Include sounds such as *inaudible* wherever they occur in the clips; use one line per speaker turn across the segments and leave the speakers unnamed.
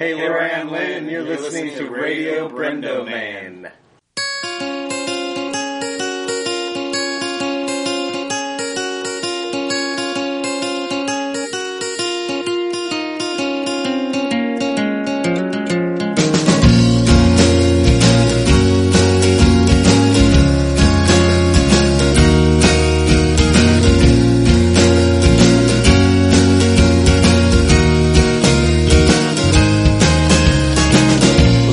Hey, Laura Ann Lynn, you're listening to Radio Brendo Man.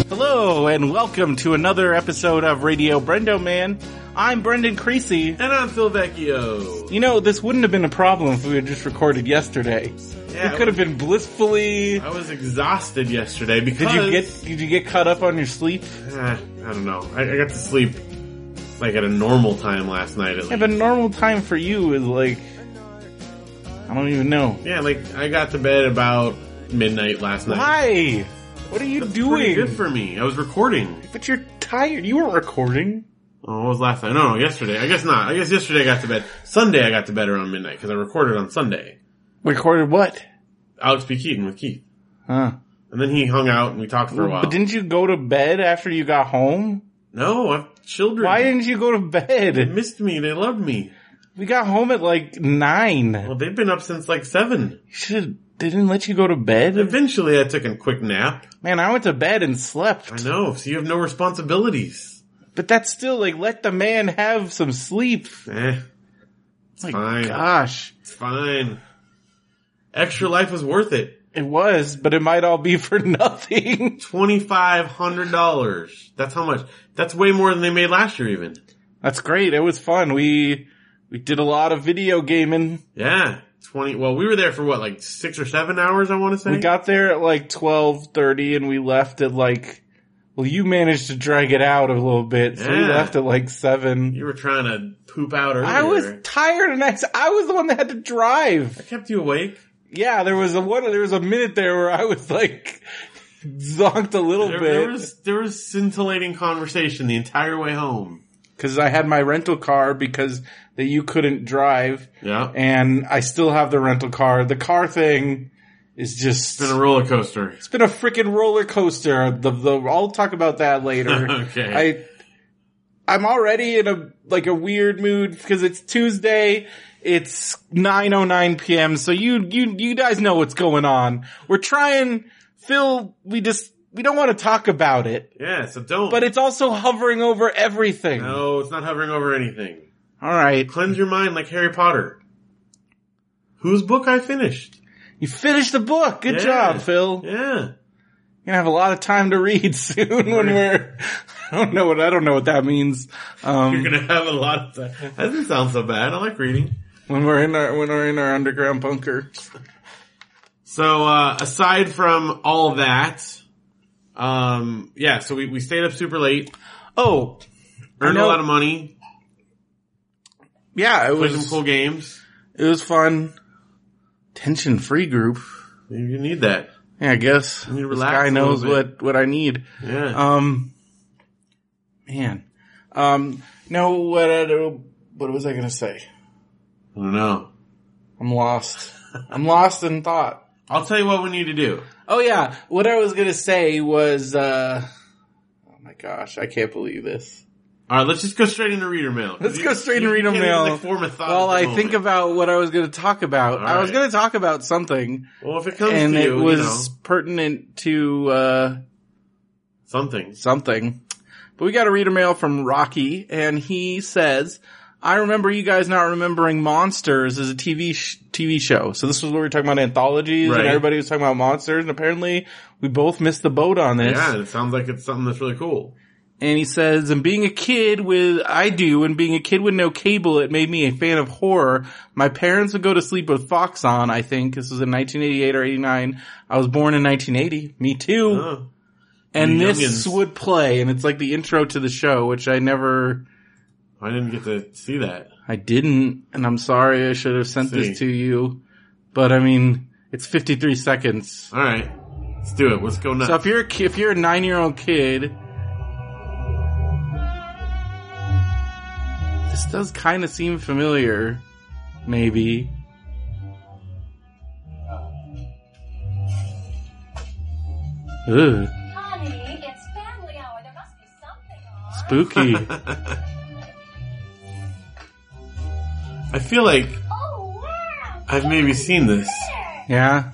Hello and welcome to another episode of Radio Brendo Man. I'm Brendan Creasy.
And I'm Phil Vecchio.
You know, this wouldn't have been a problem if we had just recorded yesterday.
Yeah,
we could have been blissfully.
I was exhausted yesterday because
Did you get did you get caught up on your sleep?
Eh, I don't know. I, I got to sleep like at a normal time last night. At
Yeah,
least.
but normal time for you is like I don't even know.
Yeah, like I got to bed about midnight last night.
Why? What are you
That's pretty
doing?
good for me. I was recording.
but you're tired. You weren't recording.
Oh, what was last night? No, no, yesterday. I guess not. I guess yesterday I got to bed. Sunday I got to bed around midnight because I recorded on Sunday.
Recorded what?
Alex B. Keaton with Keith.
Huh.
And then he hung out and we talked for a while.
But didn't you go to bed after you got home?
no, I have children.
Why didn't you go to
They
bed?
missed me. They loved me.
We got home at like nine.
Well, they've been up since like seven.
Should didn't let you go to bed.
Eventually I took a quick nap.
Man, I went to bed and slept.
I know. So you have no responsibilities.
But that's still like let the man have some sleep.
Eh,
Like
fine.
gosh,
it's fine. Extra life was worth it.
it was, but it might all be *laughs* for nothing.
Twenty five hundred dollars. That's how much. That's way more than they made last year, even.
that's great. It was fun. We we did a lot of video gaming.
Yeah, twenty. Well, we were there for what, like six or seven hours? I want to say.
We got there at like twelve thirty, and we left at like. Well, you managed to drag it out a little bit, so we
Yeah.
left at like seven.
you were trying to poop out earlier.
I was tired, and I, s- I was the one that had to drive.
I kept you awake.
Yeah, there was a one. There was a minute there where I was like zonked a little
There, there
bit
was there was scintillating conversation the entire way home.
because I had my rental car because that you couldn't drive,
Yeah, it's
and I still have the rental car. The car thing is just
been a roller coaster.
it's been a freaking roller coaster. The the I'll talk about
*laughs*
that later.
Okay.
I I'm already in a like a weird mood because it's Tuesday. It's 9:09 p.m. So you you you guys know what's going on. We're trying Phil, we just we don't want to talk about it,
Yeah, so don't.
but it's also hovering over everything.
no, it's not hovering over anything.
All right.
Cleanse your mind like Harry Potter. Whose book I finished?
You finished the book. Good
Yeah.
job, Phil.
Yeah.
You're going to have a lot of time to read *laughs* soon when we're I don't know what I don't know what that means.
*laughs*
Um
You're gonna have a lot of time. That doesn't sound so bad. I like reading.
when we're in our when we're in our underground bunker.
So, uh, aside from all that, um, yeah, so we, we stayed up super late,
Oh,
earned
I know.
a lot of money,
yeah, it
played
was
some cool games.
It was fun. Tension free group.
You need that.
Yeah, I guess.
need to
This
relax
guy
a little
knows
bit.
what, what I need.
Yeah.
Um, man. Um, no, what, I do- what was I gonna say?
I don't know. *laughs*
I'm lost. I'm lost in thought.
I'll tell you what we need to do.
Oh yeah, what I was gonna say was, uh, oh my gosh, I can't believe this.
Alright, let's just go straight into reader mail.
Let's
You-
go straight
you
and read a
can't even,
mail.
like, form a thought
while
at
I
the
think
moment.
about what I was gonna talk about.
All
I was
right.
gonna talk about something,
Well, if it comes
and
to
it
you,
was
you know,
pertinent to, uh,
something.
something. But we got a reader mail from Rocky, and he says, "I remember you guys not remembering Monsters as a TV sh- TV show. So this was where we were talking about anthologies,
Right.
and everybody was talking about Monsters, and apparently we both missed the boat on this.
Yeah, it sounds like it's something that's really cool.
And he says, and being a kid with, I do, and being a kid with no cable, it made me a fan of horror. My parents would go to sleep with Fox on, I think. This was in 1988 or 89. I was born in 1980. Me too.
Huh.
And
The
this
youngins.
would play, and it's like the intro to the show, which I never,
I didn't get to see that.
I didn't, and I'm sorry I should have sent
See.
this to you. But I mean, it's 53 seconds.
All right, let's do it. Let's go nuts.
So if you're a ki- if you're a nine year old kid, this does kind of seem familiar, maybe. Ooh,
Honey, it's family hour. There must be something
*laughs*
on.
spooky.
I feel like
oh, wow.
I've maybe seen this.
yeah.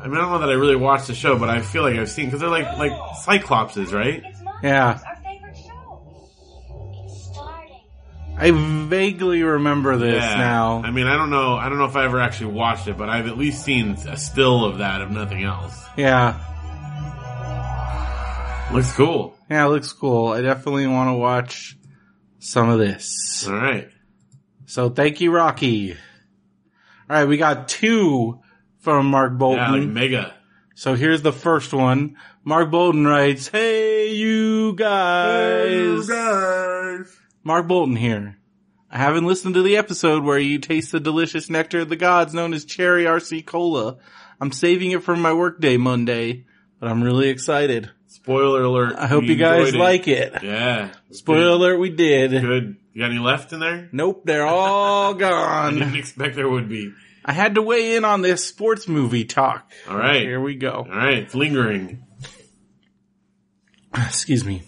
I mean, I don't know that I really watched the show, but I feel like I've seen because they're like like cyclopses, right?
It's Monsters,
Yeah.
our favorite show. It's starting.
I vaguely remember this now.
I mean, I don't know. I don't know if I ever actually watched it, but I've at least seen a still of that, if nothing else.
yeah.
Looks cool.
Yeah, it looks cool. I definitely want to watch some of this.
All right.
So thank you, Rocky. All right, we got two from Mark
Yeah, like
Bolton.
mega.
so here's the first one. Mark Bolton writes, Hey, you guys. Mark Bolton here. I haven't listened to the episode where you taste the delicious nectar of the gods known as Cherry RC Cola. I'm saving it for my workday Monday, but I'm really excited.
Spoiler alert.
I hope
we
you guys
enjoyed
like it.
Yeah.
Spoiler alert, we did.
Good. You got any left in
*laughs*
there?
Nope, they're all
I *laughs*
gone.
didn't expect there would be.
I had to weigh in on this sports movie talk.
All right.
Here we go.
All right. It's lingering.
*coughs* Excuse me.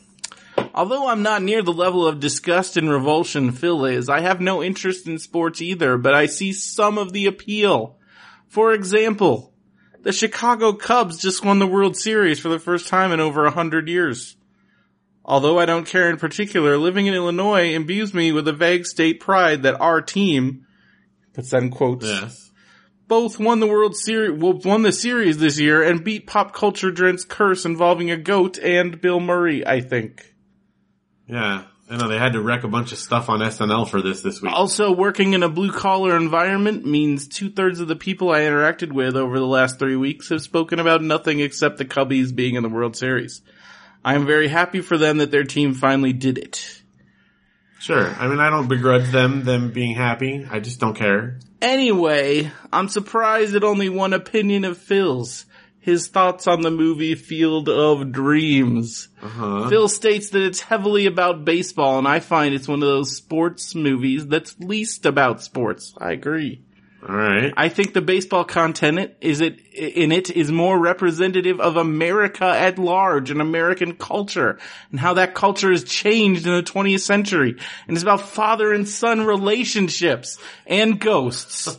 Although I'm not near the level of disgust and revulsion Phil is, I have no interest in sports either, but I see some of the appeal. For example, the Chicago Cubs just won the World Series for the first time in over a hundred years. Although I don't care in particular, living in Illinois imbues me with a vague state pride that our team, puts that in quotes,
Yes.
both won the World Series, won the series this year and beat pop culture Drent's curse involving a goat and Bill Murray, I think.
Yeah. I know they had to wreck a bunch of stuff on SNL for this this week.
Also, working in a blue collar environment means two thirds of the people I interacted with over the last three weeks have spoken about nothing except the Cubbies being in the World Series. I am very happy for them that their team finally did it.
Sure. I mean, I don't begrudge them them being happy. I just don't care.
Anyway, I'm surprised at only one opinion of Phil's. His thoughts on the movie Field of Dreams.
Uh-huh.
Phil states that it's heavily about baseball, and I find it's one of those sports movies that's least about sports. I agree.
All right.
I think the baseball content is it in it is more representative of America at large and American culture and how that culture has changed in the 20th century. And it's about father and son relationships and *laughs* ghosts.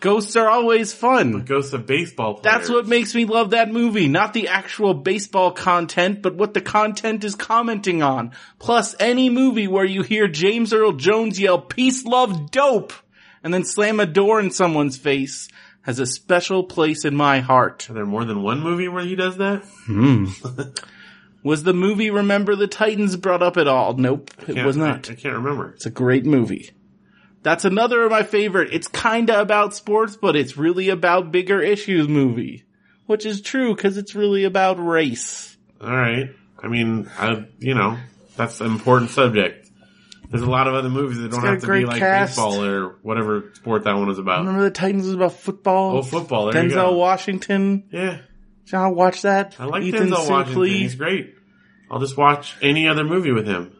ghosts are always fun.
Ghosts of baseball players.
That's what makes me love that movie. Not the actual baseball content, but what the content is commenting on. Plus any movie where you hear James Earl Jones yell peace, love, dope, and then slam a door in someone's face has a special place in my heart.
Are there more than one movie where he does that?
Was the movie Remember the Titans brought up at all? Nope, it
Can't-
was not.
I, I can't remember.
It's a great movie. That's another of my favorite. It's kinda about sports, but it's really about bigger issues movie. Which is true, cause it's really about race.
All right. I mean, I, you know, that's an important subject. There's a lot of other movies that don't
got a
have to be
great
like
cast.
baseball or whatever sport that one was about.
Remember the Titans was about football.
Oh, football. There you go.
Denzel Washington.
Yeah.
John, watch that.
I like
Ethan
Denzel Washington.
Suplee.
He's great. I'll just watch any other movie with him.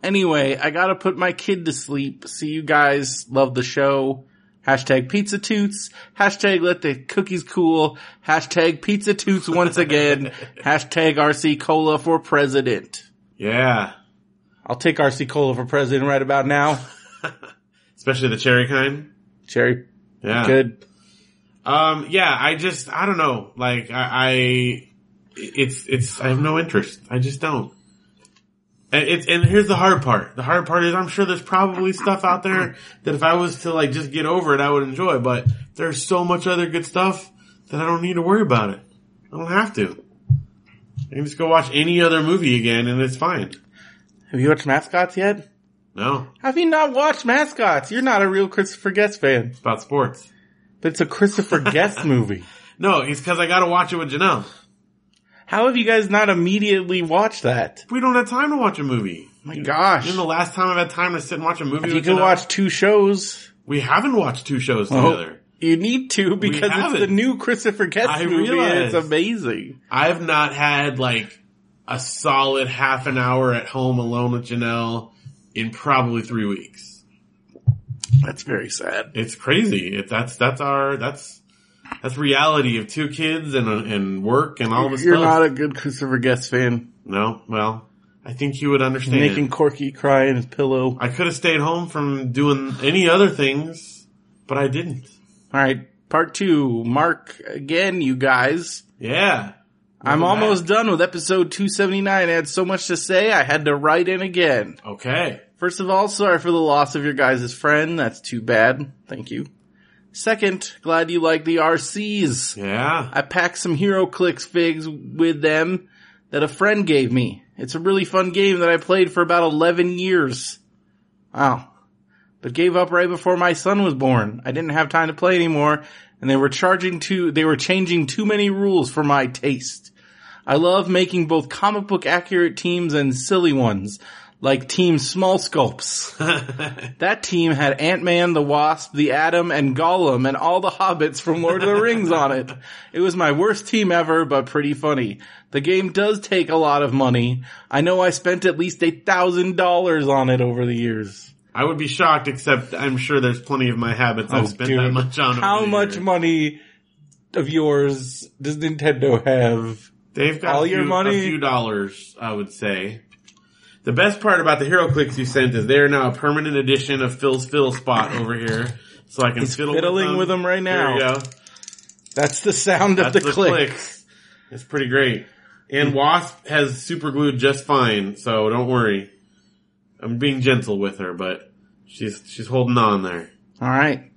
Anyway, I gotta put my kid to sleep. See you guys. Love the show. Hashtag pizza toots. Hashtag let the cookies cool. Hashtag pizza toots once
*laughs*
again. Hashtag RC cola for president.
Yeah.
I'll take RC cola for president right about now.
Especially the cherry kind.
Cherry,
Yeah.
good.
Um, yeah, I just, I don't know. Like, I, I, it's, it's, I have no interest. I just don't. And it's, and here's the hard part. The hard part is I'm sure there's probably stuff out there that if I was to like just get over it, I would enjoy, but there's so much other good stuff that I don't need to worry about it. I don't have to. I can just go watch any other movie again and it's fine.
Have you watched Mascots yet?
No,
Have you not watched Mascots? You're not a real Christopher Guest fan,
it's about sports.
but it's a Christopher
*laughs*
Guest movie.
No, it's cause I gotta watch it with Janelle.
How have you guys not immediately watched that?
We don't have time to watch a movie.
My gosh.
Isn't the last time I've had time to sit and watch a movie
If you
with
can
Janelle?
watch two shows,
We haven't watched two shows
Oh.
together.
you need to because it's the
haven't.
new Christopher Guest
I
movie and
realize.
it's amazing.
I've not had like a solid half an hour at home alone with Janelle in probably three weeks.
That's very sad.
It's crazy. It, that's that's our that's that's reality of two kids and uh, and work and all this
You're
stuff.
not a good Christopher Guest fan.
no, well, I think you would understand.
Making Corky cry in his pillow.
I could have stayed home from doing any other things, but I didn't.
All right, part two. Mark again, you guys.
Yeah.
I'm
Welcome
almost done with episode 279. I had so much to say, I had to write in again.
Okay.
First of all, sorry for the loss of your guys' friend. That's too bad. Thank you. Second, glad you like the RCs.
Yeah.
I packed some Hero Clicks figs with them that a friend gave me. It's a really fun game that I played for about 11 years. Wow. But gave up right before my son was born. I didn't have time to play anymore and they were charging too, they were changing too many rules for my taste. I love making both comic book accurate teams and silly ones, like Team Small Sculpts. That team had Ant-Man, the Wasp, the Atom, and Gollum, and all the hobbits from Lord of the Rings on it. It was my worst team ever, but pretty funny. The game does take a lot of money. I know I spent at least a thousand dollars on it over the years.
I would be shocked, except I'm sure there's plenty of my habits
Oh,
I've spent
dude.
that much on.
How
over the
much
years.
money of yours does Nintendo have?
They've got
all
a
your
few-
money?
a few dollars, I would say. The best part about the hero clicks you sent is they are now a permanent addition of Phil's fiddle spot over here, so I can
He's
fiddle
fiddling
with them.
with them right
There you
now. *laughs*
go.
That's the sound
That's
of the, click.
clicks. It's pretty great. And Wasp has super glued just fine, so don't worry. I'm being gentle with her, but she's she's holding on there.
All right.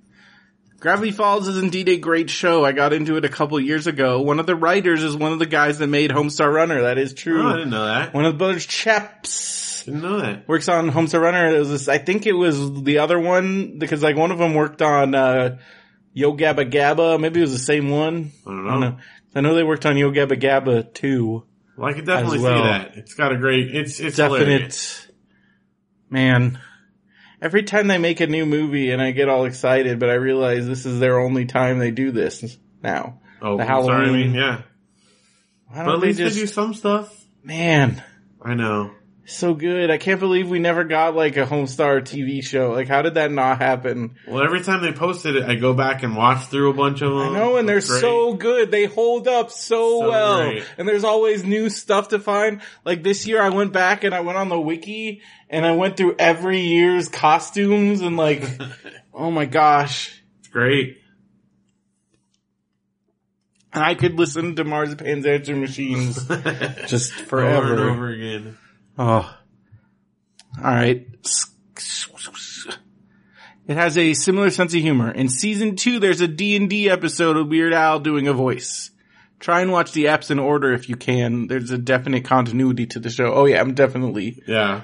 Gravity Falls is indeed a great show. I got into it a couple years ago. One of the writers is one of the guys that made Homestar Runner. That is true.
Oh, I didn't know that.
One of the brothers Chaps
Didn't know that.
works on Homestar Runner. It was this, I think it was the other one because like one of them worked on uh, Yo Gabba Gabba. Maybe it was the same one.
I don't know.
I don't know. I know they worked on Yo Gabba Gabba too.
Well, I could definitely
As well.
see that. It's got a great. It's it's
Definite
hilarious.
man. Every time they make a new movie, and I get all excited, but I realize this is their only time they do this now.
Oh,
The
I'm sorry. I
Halloween.
mean, yeah.
Why
But
don't
at
they
least
just,
they do some stuff.
man,
I know.
so good. I can't believe we never got like a Homestar TV show. Like how did that not happen?
Well, every time they posted it, I go back and watch through a bunch of them.
I know, and they're
It's Oh, great.
so good. They hold up so,
So
well.
great.
And there's always new stuff to find. Like this year I went back and I went on the wiki and I went through every year's costumes
*laughs*
and like, oh my gosh.
It's great.
And I could listen to Marzipan's
*laughs*
answer machines just forever.
Over and over again.
Oh. Alright. It has a similar sense of humor. In season two, there's a D&D episode of Weird Al doing a voice. Try and watch the apps in order if you can. There's a definite continuity to the show. Oh yeah, I'm definitely
Yeah.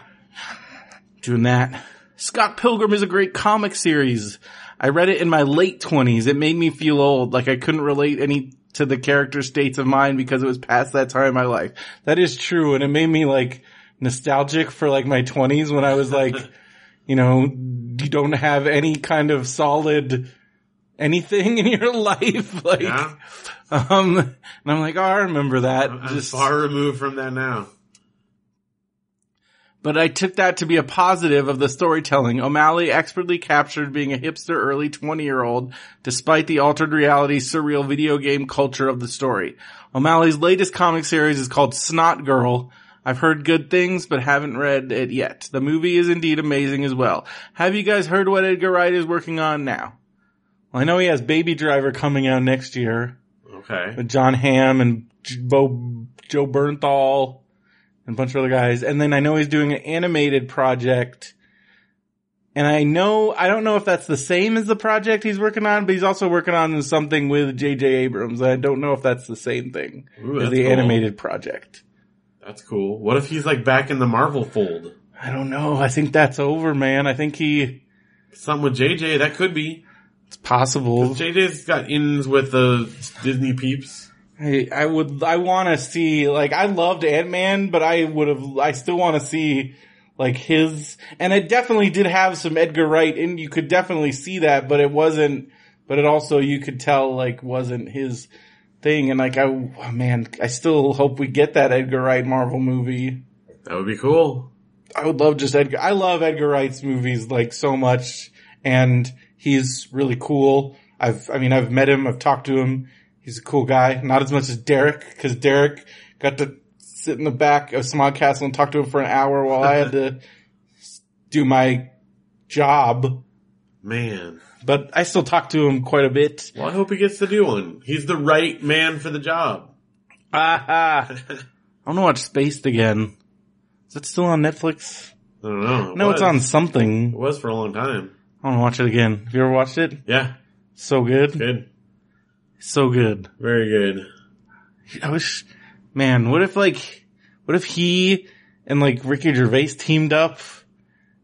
doing that. Scott Pilgrim is a great comic series. I read it in my late twenties. It made me feel old, like I couldn't relate any to the character states of mind because it was past that time in my life. That is true, and it made me like nostalgic for like my twenties when I was like, *laughs* you know, you don't have any kind of solid anything *laughs* in your life, like,
Yeah.
um, and I'm like, oh, I remember that. *laughs*
I'm far removed from that now.
But I took that to be a positive of the storytelling. O'Malley expertly captured being a hipster early 20 year old despite the altered reality surreal video game culture of the story. O'Malley's latest comic series is called Snot Girl. I've heard good things but haven't read it yet. The movie is indeed amazing as well. Have you guys heard what Edgar Wright is working on now? Well, I know he has Baby Driver coming out next year
Okay.
with John Hamm and J- Bo, Joe Bernthal and a bunch of other guys. And then I know he's doing an animated project. And I know, I don't know if that's the same as the project he's working on, but he's also working on something with J.J. Abrams. I don't know if that's the same thing
Ooh,
as
that's
the
cool.
animated project.
That's cool. What if he's like back in the Marvel fold?
I don't know. I think that's over, man. I think he,
Something with JJ, that could be.
it's possible.
JJ's got ins with the Disney peeps.
I, I would, I want to see, like, I loved Ant-Man, but I would have, I still want to see, like, his, and it definitely did have some Edgar Wright, and you could definitely see that, but it wasn't, but it also, you could tell, like, wasn't his thing, and like, I, oh, man, I still hope we get that Edgar Wright Marvel movie.
That would be cool.
I would love just Edgar, I love Edgar Wright's movies, like, so much, and he's really cool. I've, I mean, I've met him. I've talked to him. He's a cool guy. Not as much as Derek, because Derek got to sit in the back of Smog Castle and talk to him for an hour while I had to *laughs* do my job.
Man.
But I still talk to him quite a bit. *laughs*
Well, I hope he gets to do one. He's the right man for the job.
Ah, I want to watch Spaced again. Is that still on Netflix?
I don't know. It
No, it's
was.
on
It
something.
was for a long time.
I want to watch it again. Have you ever watched it?
Yeah.
So good.
Good.
So good.
Very good.
I wish, man, what if like, what if he and like Ricky Gervais teamed up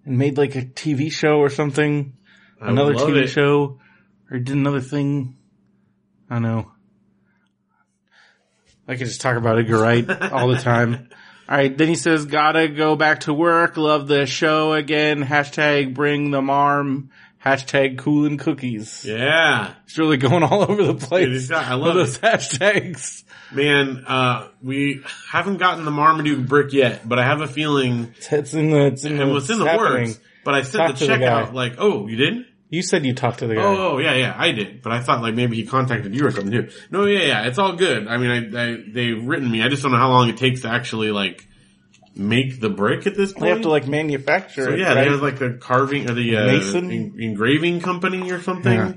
and made like a TV show or something?
I
another
love
TV
it.
show or did another thing. I know. I could just talk about Edgar
*laughs*
Wright all the time. All right. Then he says, gotta go back to work. Love the show again. Hashtag bring the marm. Hashtag cool and cookies.
Yeah.
It's really going all over the
Dude,
place.
he's got- I
with
love
those
it.
hashtags.
Man, uh, we haven't gotten the Marmaduke brick yet, but I have a feeling
*laughs* It's in the, it's in
it
the,
was in the
Mm, happening.
works. But I
Talk
sent
to
the
the
check
guy.
out like, oh, you did?
You said you talked to the guy.
Oh, oh, yeah, yeah, I did. But I thought like maybe he contacted you or something too. No, yeah, yeah, it's all good. I mean, I, I they've written me. I just don't know how long it takes to actually like make the brick at this point.
they have to like manufacture
So,
it.
yeah,
right?
they have like the carving or the uh,
Mason?
en- engraving company or something
Yeah.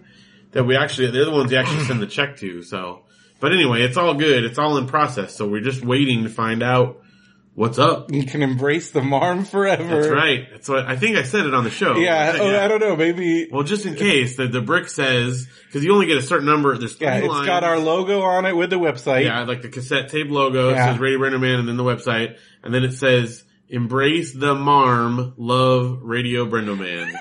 that we actually they're the ones you actually send the check to. So, but anyway, it's all good. It's all in process. So we're just waiting to find out what's up.
you can embrace the marm *laughs* forever.
That's right. That's what I think I said it on the show. I
Yeah.
said,
Oh, I don't know. Maybe
Well, just in case the the brick says because you only get a certain number. There's three
Yeah, it's
lines.
got our logo on it with the website.
yeah, like the cassette tape logo. It
Yeah.
says Radio Brando Man, and then the website, and then it says "Embrace the Marm, Love Radio Brando
*laughs*
Man."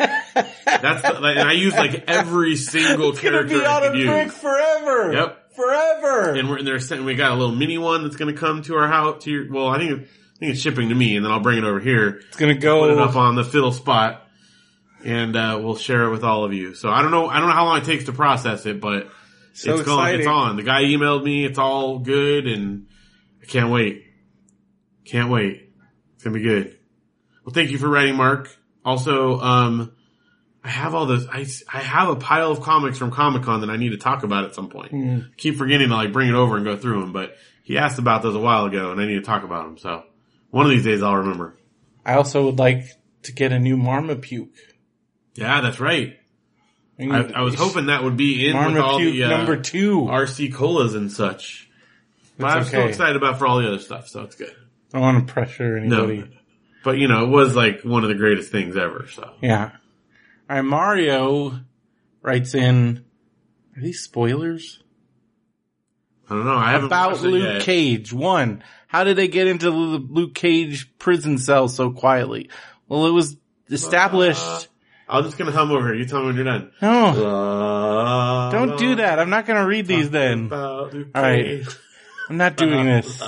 That's the, like, and I use like every single
it's gonna
character
be
I
on a
could
brick
use.
forever.
Yep.
Forever.
And we're and they're sending. We got a little mini one that's going to come to our house. To your, well, I think it- I think it's shipping to me, and then I'll bring it over here,
it's gonna
put it up
go.
on the fiddle spot. And uh, we'll share it with all of you. So I don't know. I don't know how long it takes to process it, but
So
it's going.
exciting.
It's on. The guy emailed me. It's all good, and I can't wait. Can't wait. It's gonna be good. Well, thank you for writing, Mark. Also, um, I have all those. I I have a pile of comics from Comic Con that I need to talk about at some point.
Mm-hmm.
Keep forgetting to like bring it over and go through them, but he asked about those a while ago, and I need to talk about them. So one of these days I'll remember.
I also would like to get a new Marmapuke.
Yeah, that's right.
mean,
I, I was hoping that would be in with all
Marmapuke
the uh,
number two.
RC colas and such. But I'm still
okay.
excited about for all the other stuff, so it's good.
I don't want to pressure
No,
anybody.
but you know, it was like one of the greatest things ever. So
Yeah. All right. Mario writes in. Are these spoilers?
I don't know. I haven't
about
watched it
Luke
yet.
Cage. One, how did they get into the Luke Cage prison cell so quietly? Well, it was established.
Uh, I'm just gonna hum over. here. You tell me when you're done.
no,
Uh,
don't do that. I'm not going to read these then.
About Luke
All right.
Cage. *laughs*
I'm not doing this.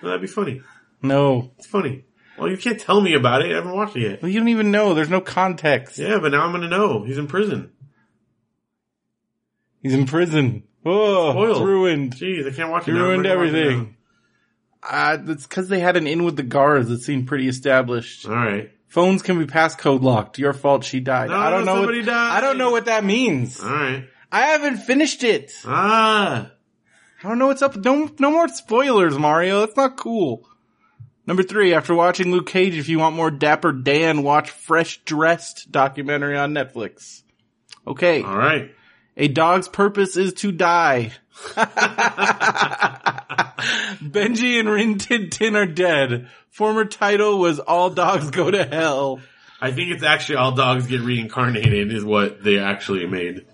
That'd be funny.
No.
It's funny. Well, you can't tell me about it. I haven't watched it yet.
Well, you don't even know. There's no context.
Yeah, but now I'm gonna know. He's in prison.
He's in prison. Oh, it's
Spoiled.
ruined.
Jeez, I can't watch it.
You
now. I'm
ruined
gonna watch it
everything. Uh, that's because they had an in with the guards that seemed pretty established.
now. All right.
Phones can be passcode locked. Your fault. She died.
No,
I don't know.
somebody
What,
died.
I don't know what that means.
All right.
I haven't finished it.
Ah.
I don't know what's up. No, no more spoilers, Mario. That's not cool. Number three, after watching Luke Cage, if you want more Dapper Dan, watch Fresh Dressed documentary on Netflix. Okay.
All right.
A dog's purpose is
*laughs*
to die. Benji and Rin Tin Tin are dead. Former title was All Dogs Go to Hell.
I think it's actually all dogs get reincarnated is what they actually made.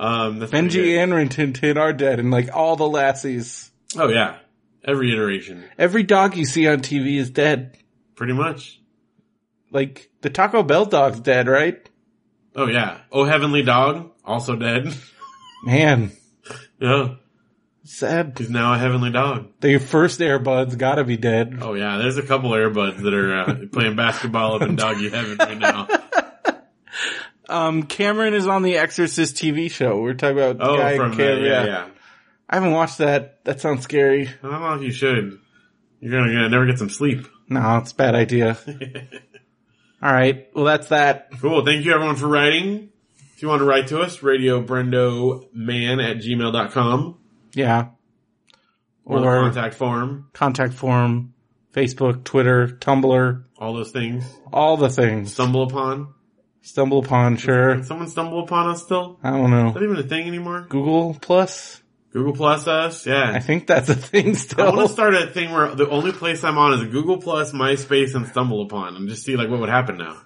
Um, that's pretty
Benji
good.
and Rin Tin Tin are dead and like all the lassies.
oh yeah, every iteration,
Every dog you see on TV is dead.
pretty much.
Like the Taco Bell dog's dead, right?
Oh yeah. Oh heavenly dog, also dead. *laughs*
Man,
yeah,
sad.
he's now a heavenly dog.
The first Airbuds gotta be dead.
Oh yeah, there's a couple Airbuds that are
*laughs*
uh, playing basketball up in doggy heaven right now.
Um, Cameron is on the Exorcist TV show. We are talking about the
Oh,
guy
from the,
Cameron.
yeah, yeah.
I haven't watched that. That sounds scary.
I don't know if you should. You're gonna, gonna never get some sleep.
No, it's a
*laughs*
bad idea. All right. Well, that's that.
Cool. Thank you everyone for writing. If you want to write to us, radiobrendoman at gmail.com
Yeah.
or the
Or-
contact form,
Contact form, Facebook, Twitter, Tumblr,
all those things.
all the things.
Stumble upon.
Stumble upon, sure.
Can someone stumble upon us still?
I don't know.
Not even a thing anymore.
Google Plus?
Google Plus us,
I
yeah.
think that's a
*laughs*
thing
I want
still.
to start a thing where the only place I'm on is Google Plus, MySpace, and Stumble Upon, and just see like what would happen now.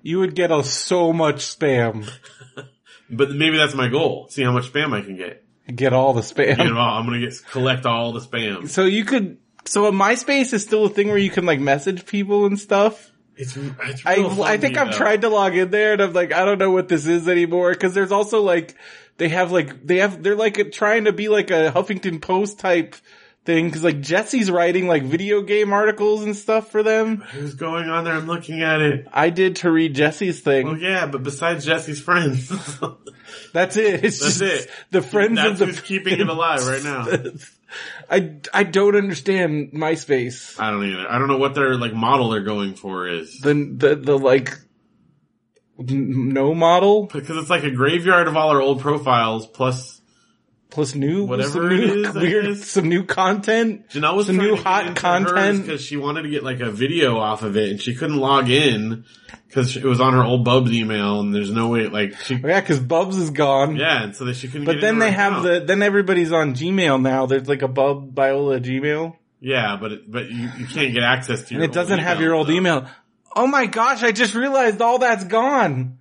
you would get us so much spam.
But maybe that's my goal. See how much spam I can get.
Get all the spam.
You know, I'm gonna get collect all the spam.
So you could. So MySpace is still a thing where you can like message people and stuff.
It's, it's
I
real funny,
I think I've
though.
tried to log in there and I'm like I don't know what this is anymore because there's also like they have like they have they're like trying to be like a Huffington Post type thing because like Jesse's writing like video game articles and stuff for them.
Who's going on there? I'm looking at it.
I did to read Jesse's thing.
Well, yeah, but besides Jesse's friends, *laughs*
That's it. It's
That's
just
it.
the friends
that's
of the
who's keeping it alive right *laughs* now.
I I don't understand MySpace.
I don't either. I don't know what their like model they're going for is.
The the the like n- no model
because it's like a graveyard of all our old profiles plus
plus new
Whatever
some
it
new
is, I
weird
guess.
some new content.
Janelle was
Some
trying
new
to get
hot
into
content.
because she wanted to get like a video off of it, and she couldn't log in because it was on her old Bub's email, and there's no way like she
Yeah, because Bubs is gone.
yeah, and so that she couldn't.
But
get
then
into her
they have
account.
the then everybody's on Gmail now. There's like a Bub Biola Gmail,
yeah, but it, but you, you can't get access to your
and it
old
doesn't have your old
though.
email. Oh my gosh! I just realized all that's gone.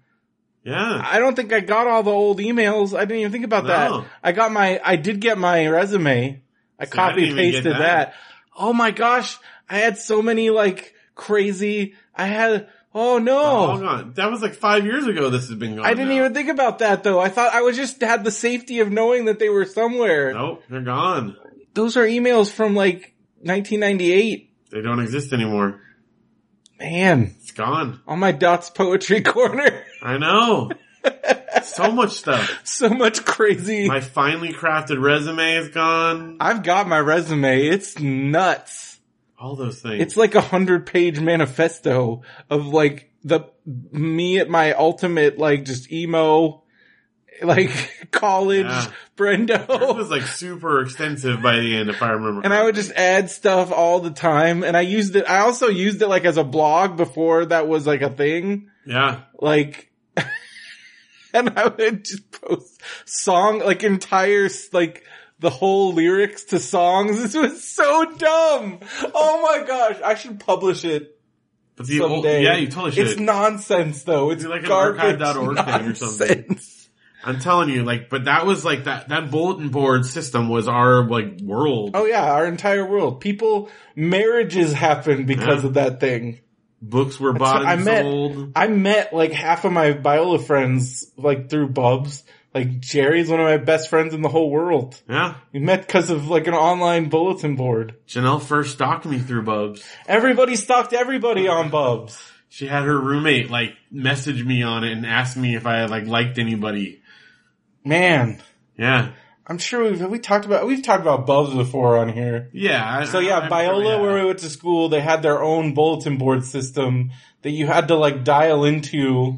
Yeah,
I don't think I got all the old emails. I didn't even think about that.
No.
I got my, I did get my resume. I
I didn't
copy
even get
pasted that.
that.
Oh my gosh. I had so many like crazy, I had, oh
all
no.
gone. That was like five years ago. This has been going.
I didn't
now.
even think about that though. I thought I was just had the safety of knowing that they were somewhere.
Nope, they're gone.
Those are emails from like 1998.
They don't exist anymore.
Man,
It's gone.
on my Dots Poetry *laughs* Corner.
I know.
*laughs*
so much stuff.
so much crazy.
My finely crafted resume is gone.
I've got my resume. It's nuts.
All those things.
It's like a hundred page manifesto of like the me at my ultimate like just emo like *laughs* college
Yeah. *laughs* Yours
Brendo.
was like super extensive by the end, if I remember.
And I would just add stuff all the time and I used it I also used it like as a blog before that was like a thing.
yeah,
Like *laughs* and I would just post song like entire like the whole lyrics to songs. *laughs* This was so dumb. Oh my gosh, I should publish it.
but the old,
someday.
yeah, you totally should.
It's nonsense though. It's
Do like an
garbage
archive.org thing or something.
nonsense.
I'm telling you, like, but that was like that that bulletin board system was our like world.
Oh yeah, our entire world. People, marriages happened because
Yeah.
of that thing.
Books were bought
what I
and
meant.
sold.
I met like half of my Biola friends like through Bubs. Like Jerry's one of my best friends in the whole world.
Yeah,
We met because of like an online bulletin board.
Janelle first stalked me through Bubs.
Everybody stalked everybody on Bubs.
She had her roommate like message me on it and ask me if I like liked anybody.
Man,
Yeah,
I'm sure we've we talked about we've talked about Bubs before on here.
yeah. I-
So yeah,
I'm sure we
Biola,
have.
where we went to school, they had their own bulletin board system that you had to like dial into,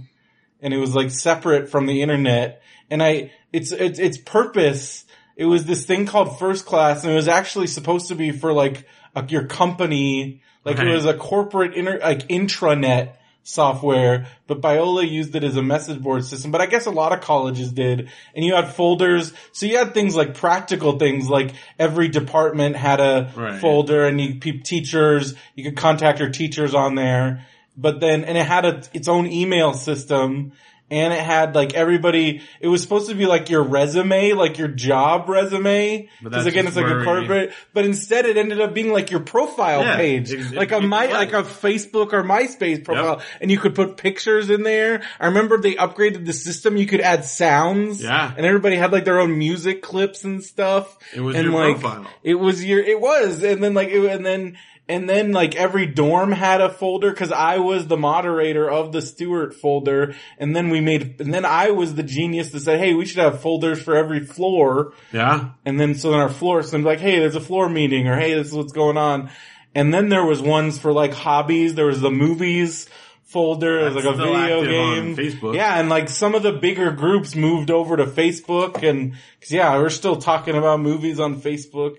and it was like separate from the internet. And I, it's it's its purpose. It was this thing called first class, and it was actually supposed to be for like a, your company, like it
Right.
was a corporate inter like intranet software. But Biola used it as a message board system. But I guess a lot of colleges did, and you had folders. So you had things like practical things, like every department had a
Right.
folder and you pe- teachers you could contact your teachers on there but then and it had a, its own email system and it had like everybody it was supposed to be like your resume like your job resume
But
because
that's
again it's
just
like a
worrying.
corporate but instead it ended up being like your profile
Yeah,
page
ex-
like a
ex-
my
right.
like a facebook or myspace profile and you could put pictures in there i remember they upgraded the system you could add sounds
Yeah.
and everybody had like their own music clips and stuff
It was
and
your
like
profile.
it was your it was and then like it, and then and then like every dorm had a folder because I was the moderator of the Stewart folder and then we made and then I was the genius that said hey we should have folders for every floor
Yeah,
and then so then our floor so like hey there's a floor meeting or hey this is what's going on and then there was ones for like hobbies there was the movies folder as like
That's
a
still
video
active
game.
on Facebook.
Yeah, and like some of the bigger groups moved over to Facebook and cause yeah, we're still talking about movies on Facebook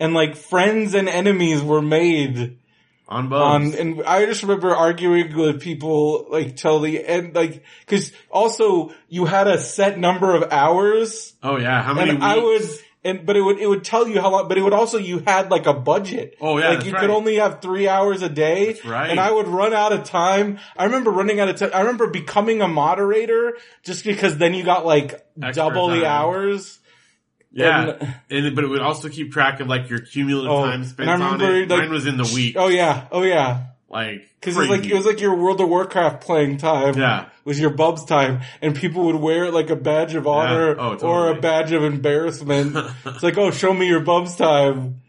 and like friends and enemies were made
on
on
both.
and I just remember arguing with people like till the end like cuz also you had a set number of hours
oh yeah, how many?
and I
weeks?
would, and but it would it would tell you how long, but it would also you had like a budget.
Oh, yeah,
like
that's
you
right.
could only have three hours a day.
right.
And I would run out of time. I remember running out of time. I remember becoming a moderator just because then you got like double the
time.
hours.
yeah, and, but it would also keep track of like your cumulative
Oh,
time
and
spent
I
on
remember,
it.
like-
Mine was in the week,
Oh yeah, oh yeah.
like
Cause it was like,
crazy.
it was like your World of Warcraft playing time. *laughs*
Yeah.
Was your bubs time. And people would wear it like a badge of honor
Oh,
or
totally.
a badge
*laughs*
of embarrassment. it's like, oh, show me your bubs time.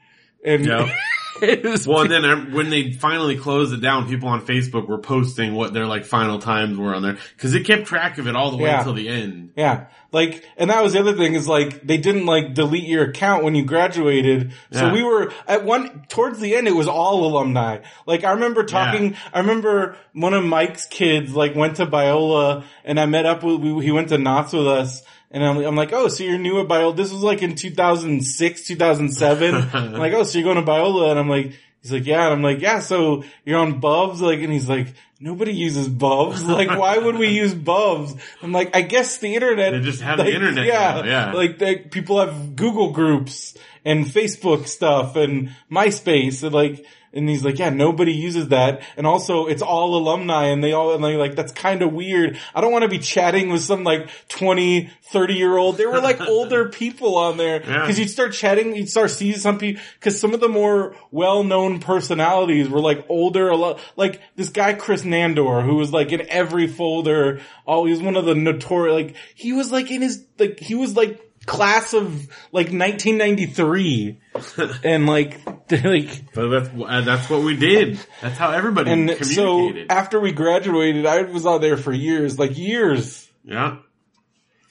And
Yeah.
it was
Well, and then I, when they finally closed it down, people on Facebook were posting what their like final times were on there because it kept track of it all the way
Yeah.
until the end.
Yeah. Like, and that was the other thing is like, they didn't like delete your account when you graduated.
Yeah.
So we were at one, towards the end, it was all alumni. Like I remember talking, I remember one of Mike's kids like went to Biola and I met up with, we, he went to Knots with us. And I'm, I'm like, oh, so you're new at Biola. This was like in 2006, 2007. I'm like, oh, so you're going to Biola. And I'm like, he's like, yeah. And I'm like, yeah, so you're on Bubs? Like, and he's like, nobody uses Bubs. *laughs* Like, why would we use Bubs? I'm like, I guess the internet.
They just have
like,
the internet. now, yeah.
Like, they, people have Google groups and Facebook stuff and MySpace and like, and he's like, yeah, nobody uses that. And also it's all alumni and they all, and they like, that's kind of weird. I don't want to be chatting with some like 20, 30 year old. There
*laughs*
were like older people on there
Yeah.
because you'd start chatting, you'd start seeing some people because some of the more well-known personalities were like older, a lot like this guy Chris Nandor who was like in every folder. Oh, he was one of the notorious. Like he was like in his like he was like class of like 1993 and like *laughs* like
but that's uh, that's what we did. That's how everybody
and so
communicated.
after we graduated i was on there for years like years
yeah,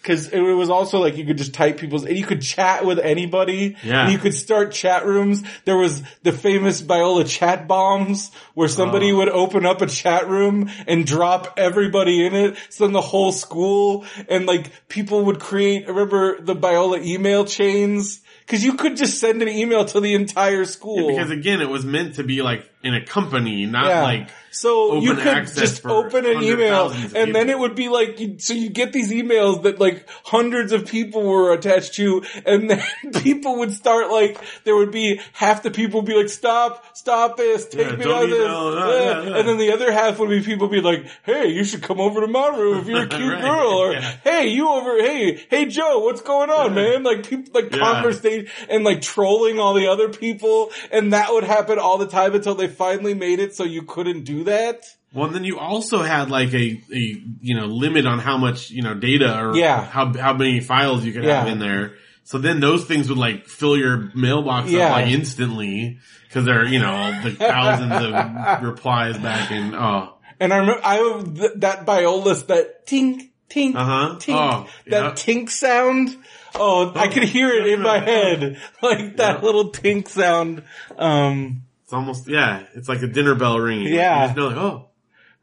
Cause it was also like you could just type people's, and you could chat with anybody.
Yeah.
And you could start chat rooms. There was the famous Biola chat bombs where somebody
Oh.
would open up a chat room and drop everybody in it. So then the whole school and like people would create, remember the Biola email chains? Cause you could just send an email to the entire school.
because again, it was meant to be like in a company, not
Yeah.
like
so you
open
could
access
just
for
open an
hundreds of
email
thousands of
and then
people.
it would be like you, so you get these emails that like hundreds of people were attached to and then *laughs* people would start like there would be half the people would be like stop stop this take
Yeah,
me
don't
out of this
email, uh, uh,
Yeah.
uh.
and then the other half would be people be like hey you should come over to my room if
*laughs*
you're a cute
Right,
girl or
yeah.
hey you over hey hey Joe what's going on man like people like
Yeah.
conversation and like trolling all the other people and that would happen all the time until they finally made it so you couldn't do that.
Well, and then you also had like a, a you know limit on how much you know data or
Yeah.
how how many files you could have
Yeah.
in there. So then those things would like fill your mailbox
Yeah.
up like instantly because they're you know the thousands
*laughs*
of replies back and oh
And I remember I th- that Biolas that tink tink
Uh-huh.
tink
Oh,
that
yeah.
tink sound. Oh, I could hear it in my head, *laughs* like that
Yeah.
little tink sound. Um,
it's almost yeah it's like a dinner bell ringing. Like,
Yeah.
you just know like oh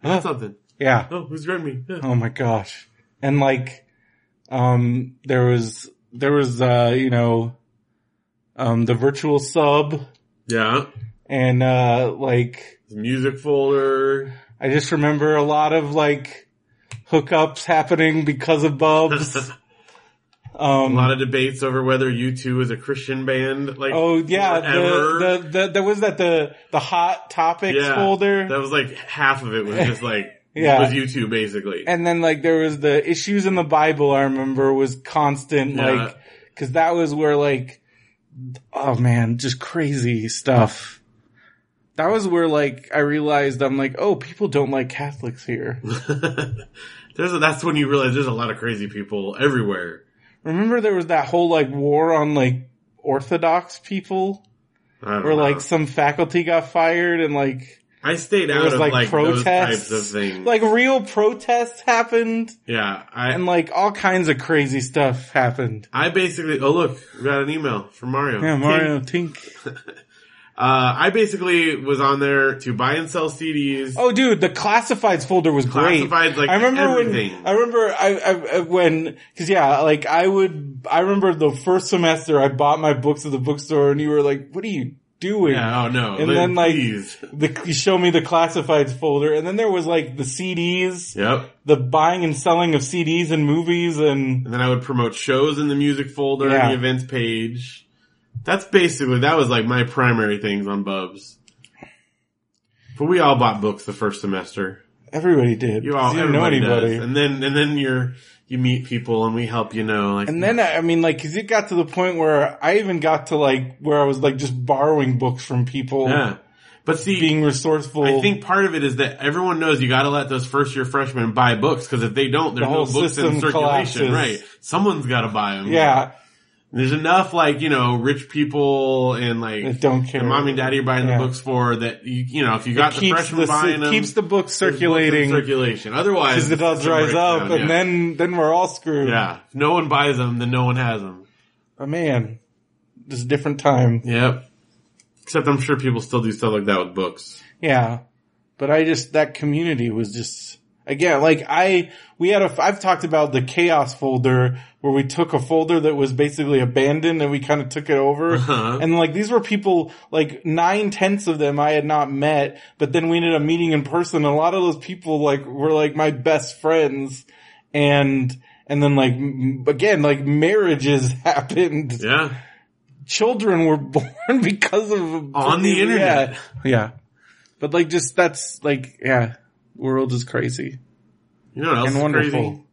I got something
yeah.
oh who's grabbing me Yeah.
Oh my gosh. And like, um, there was there was uh, you know, um, the virtual sub
yeah
and uh, like
music folder *laughs*
I just remember a lot of like hookups happening because
*laughs*
of Bubs.
a
Um,
lot of debates over whether U two is a Christian band like
oh yeah,
forever.
the, the the there was that the the hot topics folder,
That was like half of it was
*laughs*
just like
Yeah.
was YouTube basically.
and then like there was the issues in the Bible. I remember was constant
Yeah.
like because that was where like oh man, just crazy stuff. That was where like I realized I'm like oh people don't like Catholics here.
*laughs* there's a, that's when you realize there's a lot of crazy people everywhere.
Remember there was that whole like war on like Orthodox people.
I don't
or
know.
like some faculty got fired and like
I stayed
there
out
was
of
like,
like, those
protests
types of things.
like real protests happened
yeah, I
and like all kinds of crazy stuff happened
I basically oh look, we got an email from Mario.
yeah
Tink.
mario tink
Uh, I basically was on there to buy and sell CDs.
Oh, dude, the classifieds folder was
Classifieds,
great.
like,
I remember
everything.
when I remember I, I, I when because yeah, like I would. I remember the first semester I bought my books at the bookstore, and you were like, "What are you doing?"
yeah, oh no.
And then like
please.
the you show me the classifieds folder, and then there was like the CDs,
Yep.
the buying and selling of CDs and movies, and
And then I would promote shows in the music folder
Yeah.
and the events page. That's basically, that was like my primary things on Bubs. But we all bought books the first semester.
everybody did.
You all,
'cause didn't know
everybody
anybody.
does. And then, and then you're, you meet people and we help you know, like,
And then I mean, like, cause it got to the point where I even got to like where I was like just borrowing books from people,
yeah. But see,
being resourceful.
I think part of it is that everyone knows you got to let those first year freshmen buy books because if they don't, there's
The
no
whole
books in
system
circulation,
collapses.
right? Someone's got to buy them.
yeah,
there's enough like you know rich people and
that
like
don't care.
your mom and daddy are buying
Yeah.
the books for that. You, you know, if you got the
keeps
freshmen
the,
buying them,
keeps the book
there's books in
circulating
circulation. Otherwise,
because it all
it's a
dries up,
breakdown,
and
yeah.
then then we're all screwed.
yeah, if no one buys them, then no one has them.
but man, just a different time.
Yep. Except I'm sure people still do stuff like that with books.
Yeah. But I just, that community was just, again, like I, we had a, I've talked about the chaos folder where we took a folder that was basically abandoned and we kind of took it over.
Uh-huh.
And like these were people, like nine tenths of them I had not met, but then we ended up meeting in person. A lot of those people like were like my best friends and, and then like, m- again, like marriages *laughs* happened.
Yeah,
Children were *laughs* born because of
on the
yeah.
internet.
Yeah. But like just that's like yeah, world is crazy
You know what else
and
is
wonderful.
crazy?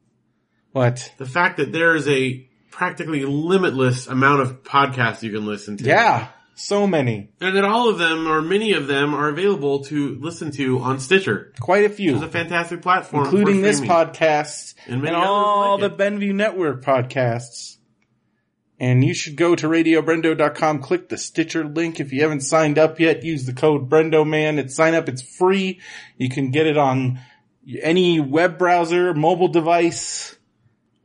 What?
the fact that there is a practically limitless amount of podcasts you can listen to.
Yeah, so many.
And that all of them or many of them are available to listen to on Stitcher.
Quite a
It's a
few,
fantastic platform.
including
for
this
streaming.
podcast
And
and,
many others
all
like
the
it.
Benview Network podcasts. And you should go to radiobrendo.com, click the Stitcher link. If you haven't signed up yet, use the code BrendoMan. It's sign up. It's free. You can get it on any web browser, mobile device.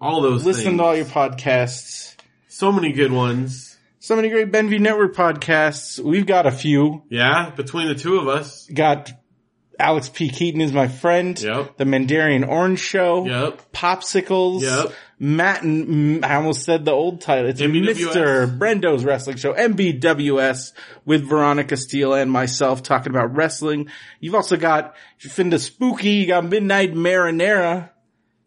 All those
Listen
things.
to all your podcasts.
So many good ones.
So many great Benview Network podcasts. We've got a few.
Yeah, between the two of us.
Got Alex P. Keaton is my friend.
Yep.
The Mandarin Orange Show.
Yep.
Popsicles.
Yep.
Matt and mm, I almost said the old title. It's
MBWS.
Mr. Brendo's Wrestling Show, MBWS, with Veronica Steele and myself talking about wrestling. You've also got if you're into spooky. You got Midnight Marinera.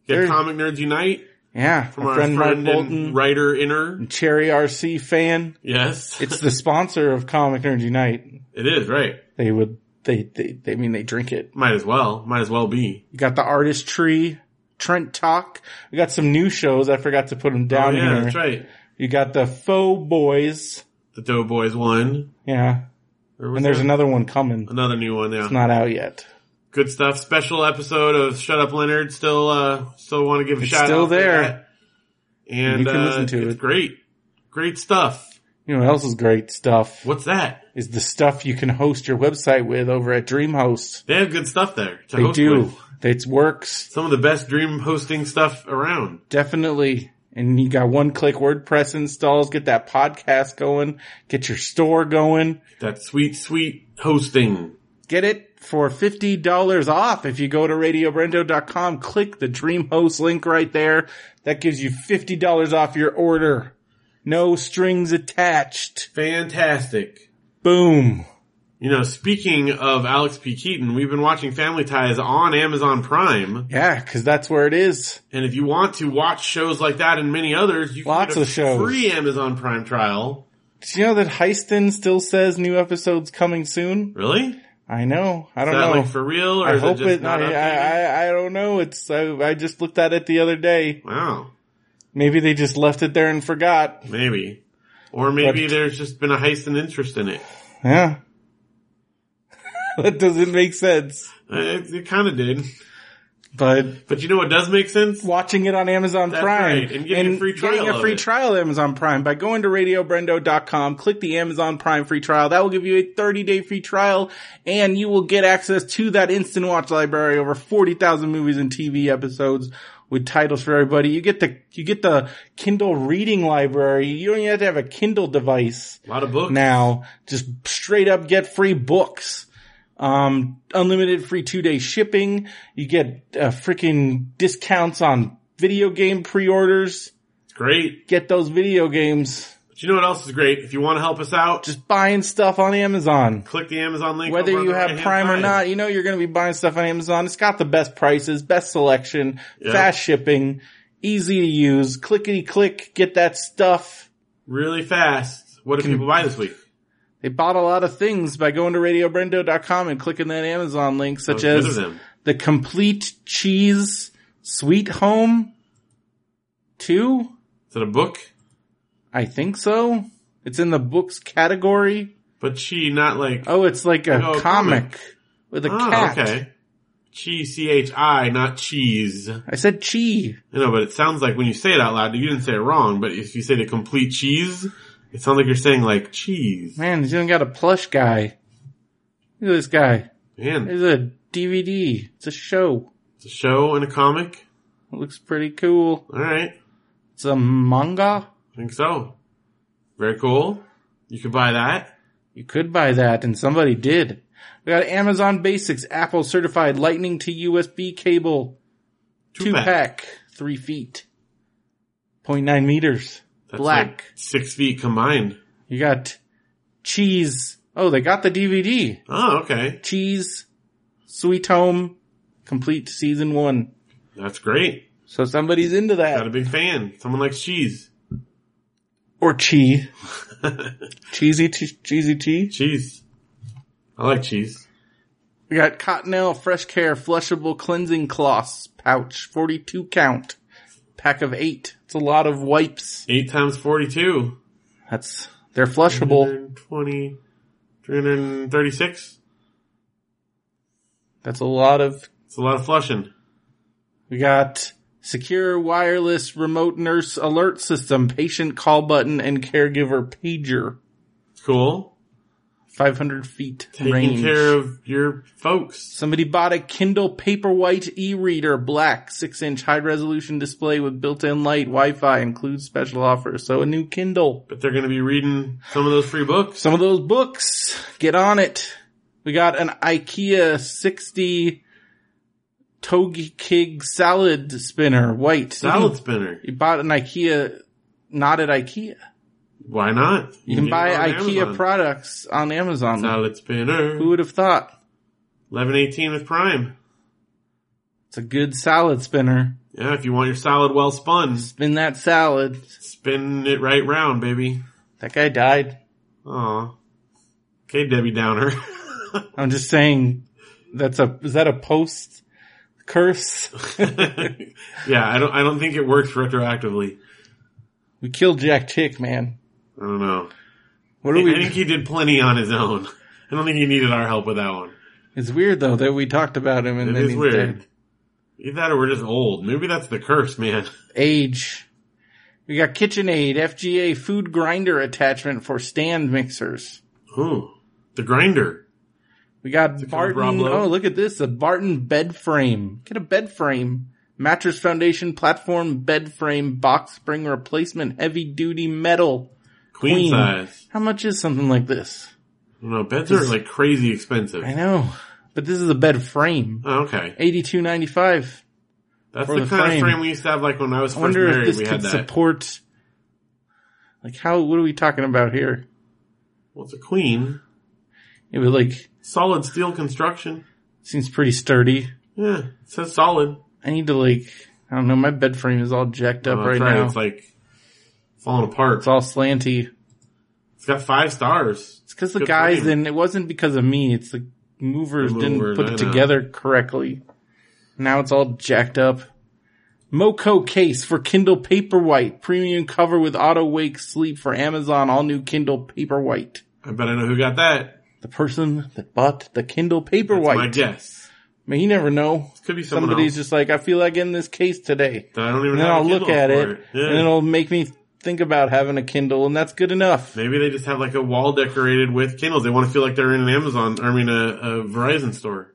Get
There-
Comic Nerds Unite
Yeah,
from our friend,
Mark
and
Bolton,
writer Inner.
Cherry RC fan.
Yes.
It's the sponsor of Comic Nerd Unite.
*laughs* it is, right.
they would they they, they I mean they drink it.
Might as well. Might as well be.
You got the artist tree, Trent Talk. We got some new shows. I forgot to put them
Oh,
down
yeah,
here.
that's right.
You got the Faux Boys.
The Doughboys one.
Yeah.
Or was
And there's
there
another one coming.
another new one, yeah.
It's not out yet.
good stuff. Special episode of Shut Up Leonard. Still, uh, still want to give a
It's
shout
still
out. for
there.
that. And
You can
uh,
listen to
it's
it.
great. Great stuff.
You know what else is great stuff
What's that?
is the stuff you can host your website with over at DreamHost.
They have good stuff there. To
They
host
do.
with.
It works.
Some of the best dream hosting stuff around.
Definitely. And you got one click WordPress installs, get that podcast going, get your store going.
That sweet, sweet hosting.
Get it for $50 off if you go to radiobrendo.com, click the Dream Host link right there. That gives you $50 off your order. No strings attached.
Fantastic.
Boom.
You know, speaking of Alex P. Keaton, we've been watching Family Ties on Amazon Prime.
Yeah, cause that's where it is.
And if you want to watch shows like that and many others, you can
Lots
get a
of shows.
free Amazon Prime trial.
Did you know that Heiston still says new episodes coming soon?
Really?
I know. I
Is
don't
that
know.
like for real, or
I
is
hope
it just
it,
not
I,
updated?
I, I, I don't know. It's, I, I just looked at it the other day.
Wow,
Maybe they just left it there and forgot.
maybe, or maybe
But-
there's just been a heist and interest in it.
Yeah. *laughs* that doesn't make sense.
Uh, It, it kind of did,
But
but you know what does make sense?
watching it on Amazon
That's
Prime
right, and getting a free trial
getting a
of
free
it.
trial of Amazon Prime by going to radiobrendo.com, click the Amazon Prime free trial. That will give you a 30 day free trial and you will get access to that instant watch library over 40,000 movies and TV episodes with titles for everybody. You get the you get the Kindle reading library. You don't even have to have a Kindle device
A lot of books.
now. Just straight up get free books. Um, unlimited free two day shipping. You get uh, freaking discounts on video game pre-orders.
It's great.
Get those video games.
But you know what else is great? If you want to help us out,
Just buying stuff on Amazon.
click the Amazon link.
Whether
over on
you
the
have
right-hand
Prime or
side.
not, you know you're going to be buying stuff on Amazon. It's got the best prices, best selection,
Yeah.
fast shipping, easy to use. Clickety click, get that stuff.
really fast. What did people buy this week?
They bought a lot of things by going to radiobrendo.com and clicking that Amazon link, *laughs* such
Those
as
are them.
the complete cheese sweet home two.
Is it a book?
I think so. It's in the books category.
But she not like
Oh, it's like a
Oh, a
comic,
comic.
with a
Ah,
cat.
Okay. Chi C H I, not cheese. You
I said chi.
know, but it sounds like when you say it out loud, you didn't say it wrong. But if you say the complete cheese, it sounds like you're saying like cheese.
Man, he's even got a plush guy. Look at this guy.
Man,
There's a DVD. It's a show.
it's a show and a comic.
It looks pretty cool.
All right,
It's a manga.
I think so. Very cool. You could buy that.
You could buy that, and somebody did. We got Amazon Basics Apple certified lightning to USB cable.
Two,
Two
pack.
pack. Three feet. 0.9 meters.
That's
Black.
like six feet combined.
You got cheese. Oh, they got the DVD.
Oh, okay.
Cheese, Sweet Home, complete season one.
That's great.
So somebody's into
Got a
that.
big fan. Someone likes cheese.
Or chi. Cheesy, che- cheesy tea.
cheese. I like cheese.
We got Cottonelle Fresh Care Flushable Cleansing Cloths pouch, 42 count, pack of eight. It's a lot of wipes.
Eight times 42.
That's, they're
Mm-hmm.
flushable.
320, 336.
That's a lot of
It's a lot of flushing.
We got secure wireless remote nurse alert system, patient call button, and caregiver pager.
It's cool.
500 feet
Taking
range.
care of your folks.
Somebody bought a Kindle Paperwhite e-reader black, 6-inch high-resolution display with built-in light, Wi-Fi, includes special offer. So a new Kindle.
But they're going to be reading some of those free books.
Some of those books, get on it. We got an IKEA 60 Togi Kig salad spinner, white.
Salad spinner.
You bought an IKEA, not at IKEA.
Why not?
You can
get
buy
it on
IKEA
Amazon.
products on Amazon.
Salad spinner.
Who would have thought?
1118 with Prime.
It's a good salad spinner.
Yeah, if you want your salad well spun,
Spin that salad.
spin it right round, baby.
That guy died.
Aw. Okay, Debbie Downer.
*laughs* I'm just saying that's a, is that a post curse?
yeah, I don't, I don't think it works retroactively.
we killed Jack Tick, man.
I don't know.
What are
I think he
we,
did plenty on his own. I don't think he needed our help with that one.
it's weird though that we talked about him and
It
then
is
he's
weird.
dead.
Either that or we're just old. Maybe that's the curse, man.
Age. We got KitchenAid FGA food grinder attachment for stand mixers.
Ooh. The grinder.
We got
kind of
Barton.
Roblo.
Oh, look at this. A Barton bed frame. Get a bed frame. Mattress foundation platform bed frame box spring replacement heavy duty metal.
Queen,
Queen.
size.
How much is something like this?
I don't know. Beds are like crazy expensive.
I know, but this is a bed frame.
Oh, okay.
Eighty-two ninety-five.
That's
Or
the,
the
kind
frame.
of frame we used to have like when I was first
I wonder
married.
if
we
this
had
could
that.
support. Like how? What are we talking about here?
well, it's a queen.
It was like
Solid steel construction.
seems pretty sturdy.
Yeah. It says solid.
I need to like I don't know. My bed frame is all jacked up
Oh,
right
that's right.
now.
It's like falling apart.
it's all slanty.
it's got five stars.
It's because the
Good
guys
frame.
didn't. It wasn't because of me. It's the movers
The
didn't
movers,
put
I
it
know.
together correctly. Now it's all jacked up. Moco case for Kindle Paperwhite, premium cover with auto wake sleep for Amazon. All new Kindle Paperwhite.
I bet I know who got that.
The person that bought the Kindle
That's my
Paperwhite. I
guess.
mean, you never know.
Could be someone
Somebody's
else.
just like, I feel like in this case today.
I don't even know.
And then
have a
I'll look
Kindle
at
for
it,
Yeah.
and it'll make me think about having a Kindle, and that's good enough.
Maybe they just have like a wall decorated with Kindles. They want to feel like they're in an Amazon, I mean a, a Verizon store.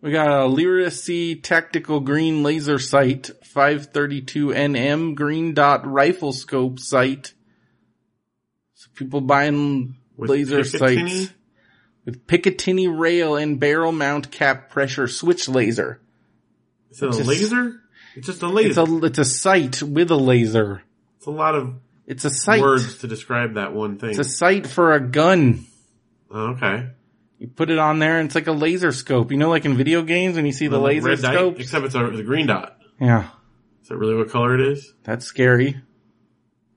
We got a Lyracy Tactical Green Laser Sight, 532NM Green Dot Rifle Scope Sight. So people buying
With
laser
Picatinny?
sights with Picatinny rail and barrel mount cap pressure switch laser.
Is it a
Just-
laser? It's just a laser.
It's a it's a sight with a laser.
It's a lot of
It's a sight.
words to describe that one thing.
It's a sight for a gun.
Oh, okay.
You put it on there and it's like a laser scope. You know like in video games when you see the laser
red dot,
scope?
except it's a, the green dot.
Yeah.
Is that really what color it is?
That's scary.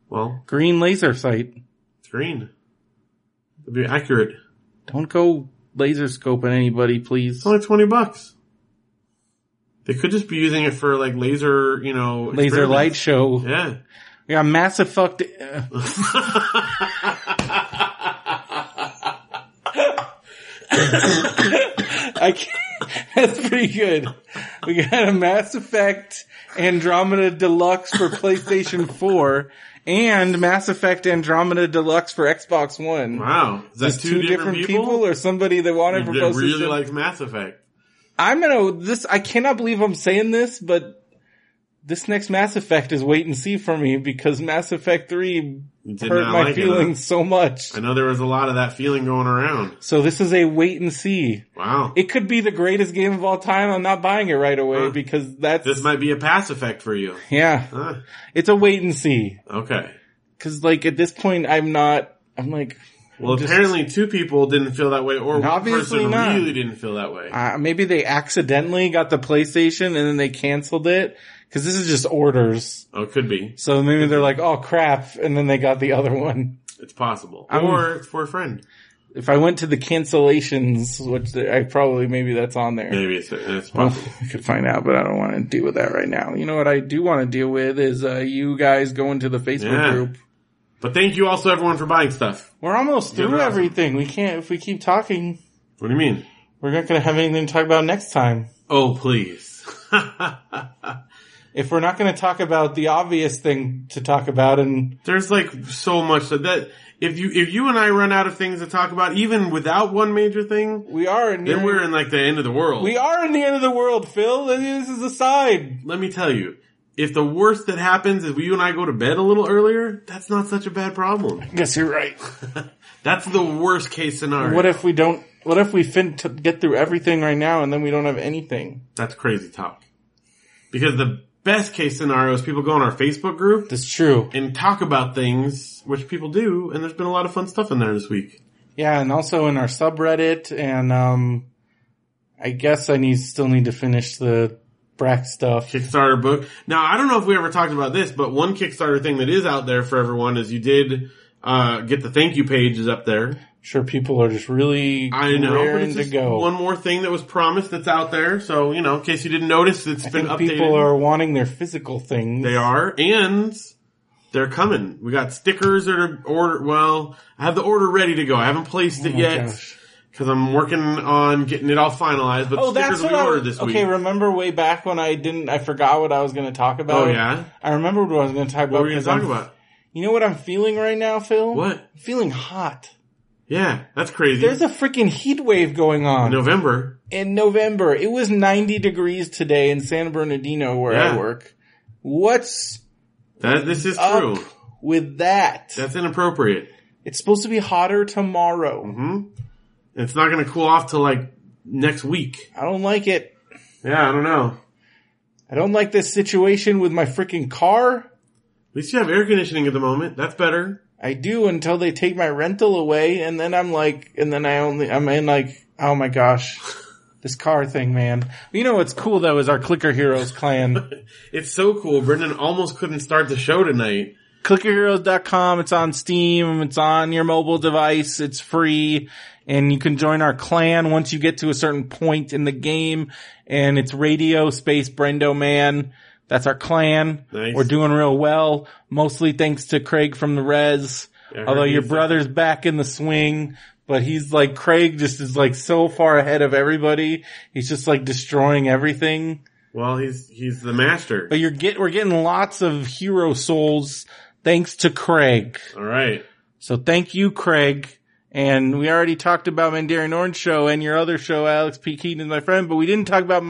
Well,
Green laser sight.
it's green. It'd be accurate.
Don't go laser scoping anybody, please.
It's only 20 bucks. They could just be using it for like laser, you know,
Laser
experiments.
light show.
Yeah.
We got Mass Effect. *laughs* Uh, I can't, that's pretty good. We got a Mass Effect Andromeda Deluxe for PlayStation *laughs* 4 and Mass Effect Andromeda Deluxe for Xbox One.
Wow. Is that
Just
two, different, people?
or somebody that wanted
that
for both
really
systems?
likes Mass Effect.
I'm gonna this. I cannot believe I'm saying this, but this next Mass Effect is wait and see for me because Mass Effect Three
You Did
hurt
not
my
like
feelings so much.
It, huh? I know there was a lot of that feeling going around.
So this is a wait and see.
Wow.
It could be the greatest game of all time. I'm not buying it right away
Huh.
because that's
this might be a pass effect for you.
yeah.
Huh.
It's a wait and see
Okay.
because like at this point I'm not. I'm like
Well,
Just-
apparently two people didn't feel that way, or one
Obviously
person
not.
really didn't feel that way.
uh, maybe they accidentally got the PlayStation and then they canceled it because this is just orders.
Oh, it could be.
So maybe they're like, oh crap, and then they got the other *laughs* one.
It's possible.
I'm-
or it's for a friend.
If I went to the cancellations, which I probably maybe that's on there.
Maybe it's, it's
Well,
possible.
*laughs* I could find out, but I don't want to deal with that right now. You know what I do want to deal with is uh, you guys going to the Facebook
Yeah.
group.
But thank you also everyone for buying stuff.
We're almost
You're
through
awesome.
everything. We can't if we keep talking.
What do you mean?
We're not going to have anything to talk about next time.
Oh, please. *laughs*
If we're not going to talk about the obvious thing to talk about, and
There's like so much that, that if you, if you and I run out of things to talk about, even without one major thing,
we are in
then we're in like the end of the world.
we are in the end of the world, Phil. This is a side.
Let me tell you, if the worst that happens is you and I go to bed a little earlier, that's not such a bad problem.
I guess you're right.
That's the worst case scenario.
What if we don't? What if we fin t- get through everything right now and then we don't have anything?
That's crazy talk. Because the best case scenario is people go on our Facebook group
That's true.
and talk about things, which people do, and there's been a lot of fun stuff in there this week.
Yeah, and also in our subreddit, and um, I guess I need still need to finish the Brack stuff.
Kickstarter book. Now, I don't know if we ever talked about this, but one Kickstarter thing that is out there for everyone is you did uh, get the thank you pages up there.
sure, people are just really
I know, but
raring
it's
to
just
go.
one more thing that was promised that's out there. So, you know, in case you didn't notice, it's
I
been
think
updated.
people are wanting their physical things.
They are, and they're coming. We got stickers that are order. Well, I have the order ready to go. I haven't placed it
Oh my
yet
gosh.
because I'm working on getting it all finalized. But
Oh,
the stickers
that's what
we
I
ordered this
okay.
week.
Remember way back when I didn't, I forgot what I was going to talk about.
Oh yeah,
I remembered what I was going to talk
what
about.
were we gonna
'cause
talk
I'm-
about?
You know what I'm feeling right now, Phil?
What?
I'm feeling hot.
Yeah, that's crazy.
There's a freaking heat wave going on
November.
in November. It was 90 degrees today in San Bernardino where
Yeah.
I work. What's
That this is
Up.
true.
with that?
That's inappropriate.
it's supposed to be hotter tomorrow.
Hmm. It's not gonna cool off till like next week.
I don't like it.
Yeah, I don't know. At
I don't like this situation with my freaking car.
least you have air conditioning at the moment. That's better.
I do until they take my rental away and then I'm like, and then I only, I'm in like, oh my gosh. This car thing, man. You know what's cool though is our Clicker Heroes clan.
It's so cool. Brendan almost couldn't start the show tonight.
clickerheroes.com. It's on Steam. It's on your mobile device. It's free. And you can join our clan once you get to a certain point in the game. And it's radio space Brendo man. That's our clan.
Nice.
We're doing real well. Mostly thanks to Craig from the res.
Yeah, I heard
Although your
he's-
brother's back in the swing. But he's like, Craig just is like so far ahead of everybody. He's just like destroying everything.
Well, he's he's the master.
But you're get, we're getting lots of hero souls thanks to Craig.
All right.
So thank you, Craig. And we already talked about Mandarin Orange show and your other show, Alex P. Keaton is my friend, but we didn't talk about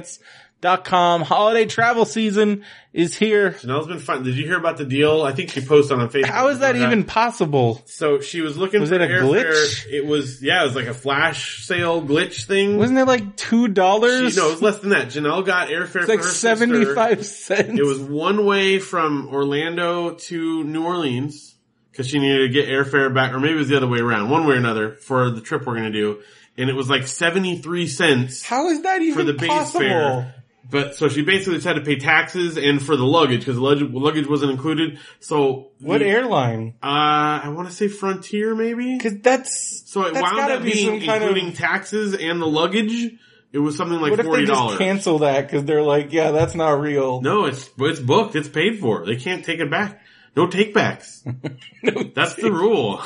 myvacationpants.com. Holiday travel season is here.
Janelle's been fun. Did you hear about the deal? I think she posted on Facebook.
How is that even possible?
So she was looking
Was
for
it a
airfare.
glitch?
It was yeah, it was like a flash sale glitch thing.
Wasn't it like two dollars?
She- no, it was less than that. Janelle got airfare
It's like
for her
seventy
sister.
five cents. *laughs*
It was one way from Orlando to New Orleans because she needed to get airfare back, or maybe it was the other way around, one way or another for the trip we're gonna do. And it was like seventy three cents
How is that even
for the base
possible?
fare. But so she basically just had to pay taxes and for the luggage because the luggage, luggage wasn't included. So
What
the-
airline?
Uh, I want to say Frontier, maybe.
Because that's
So it
that's
wound
gotta
up
be
being
some kind of-
including taxes and the luggage. It was something like
what if
forty
they just
dollars.
cancel that? Because they're like, yeah, that's not real.
No, it's it's booked. It's paid for. They can't take it back. No
*laughs*
takebacks. That's the rule.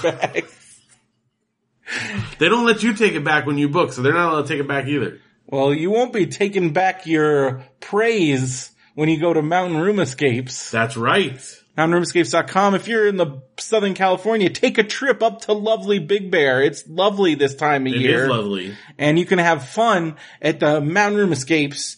They don't let you take it back when you book, so they're not allowed to take it back either.
well, you won't be taking back your praise when you go to Mountain Room Escapes.
That's right.
MountainRoomescapes.com. If you're in the Southern California, take a trip up to lovely Big Bear. It's lovely this time of
It is
year.
lovely.
and you can have fun at the Mountain Room Escapes,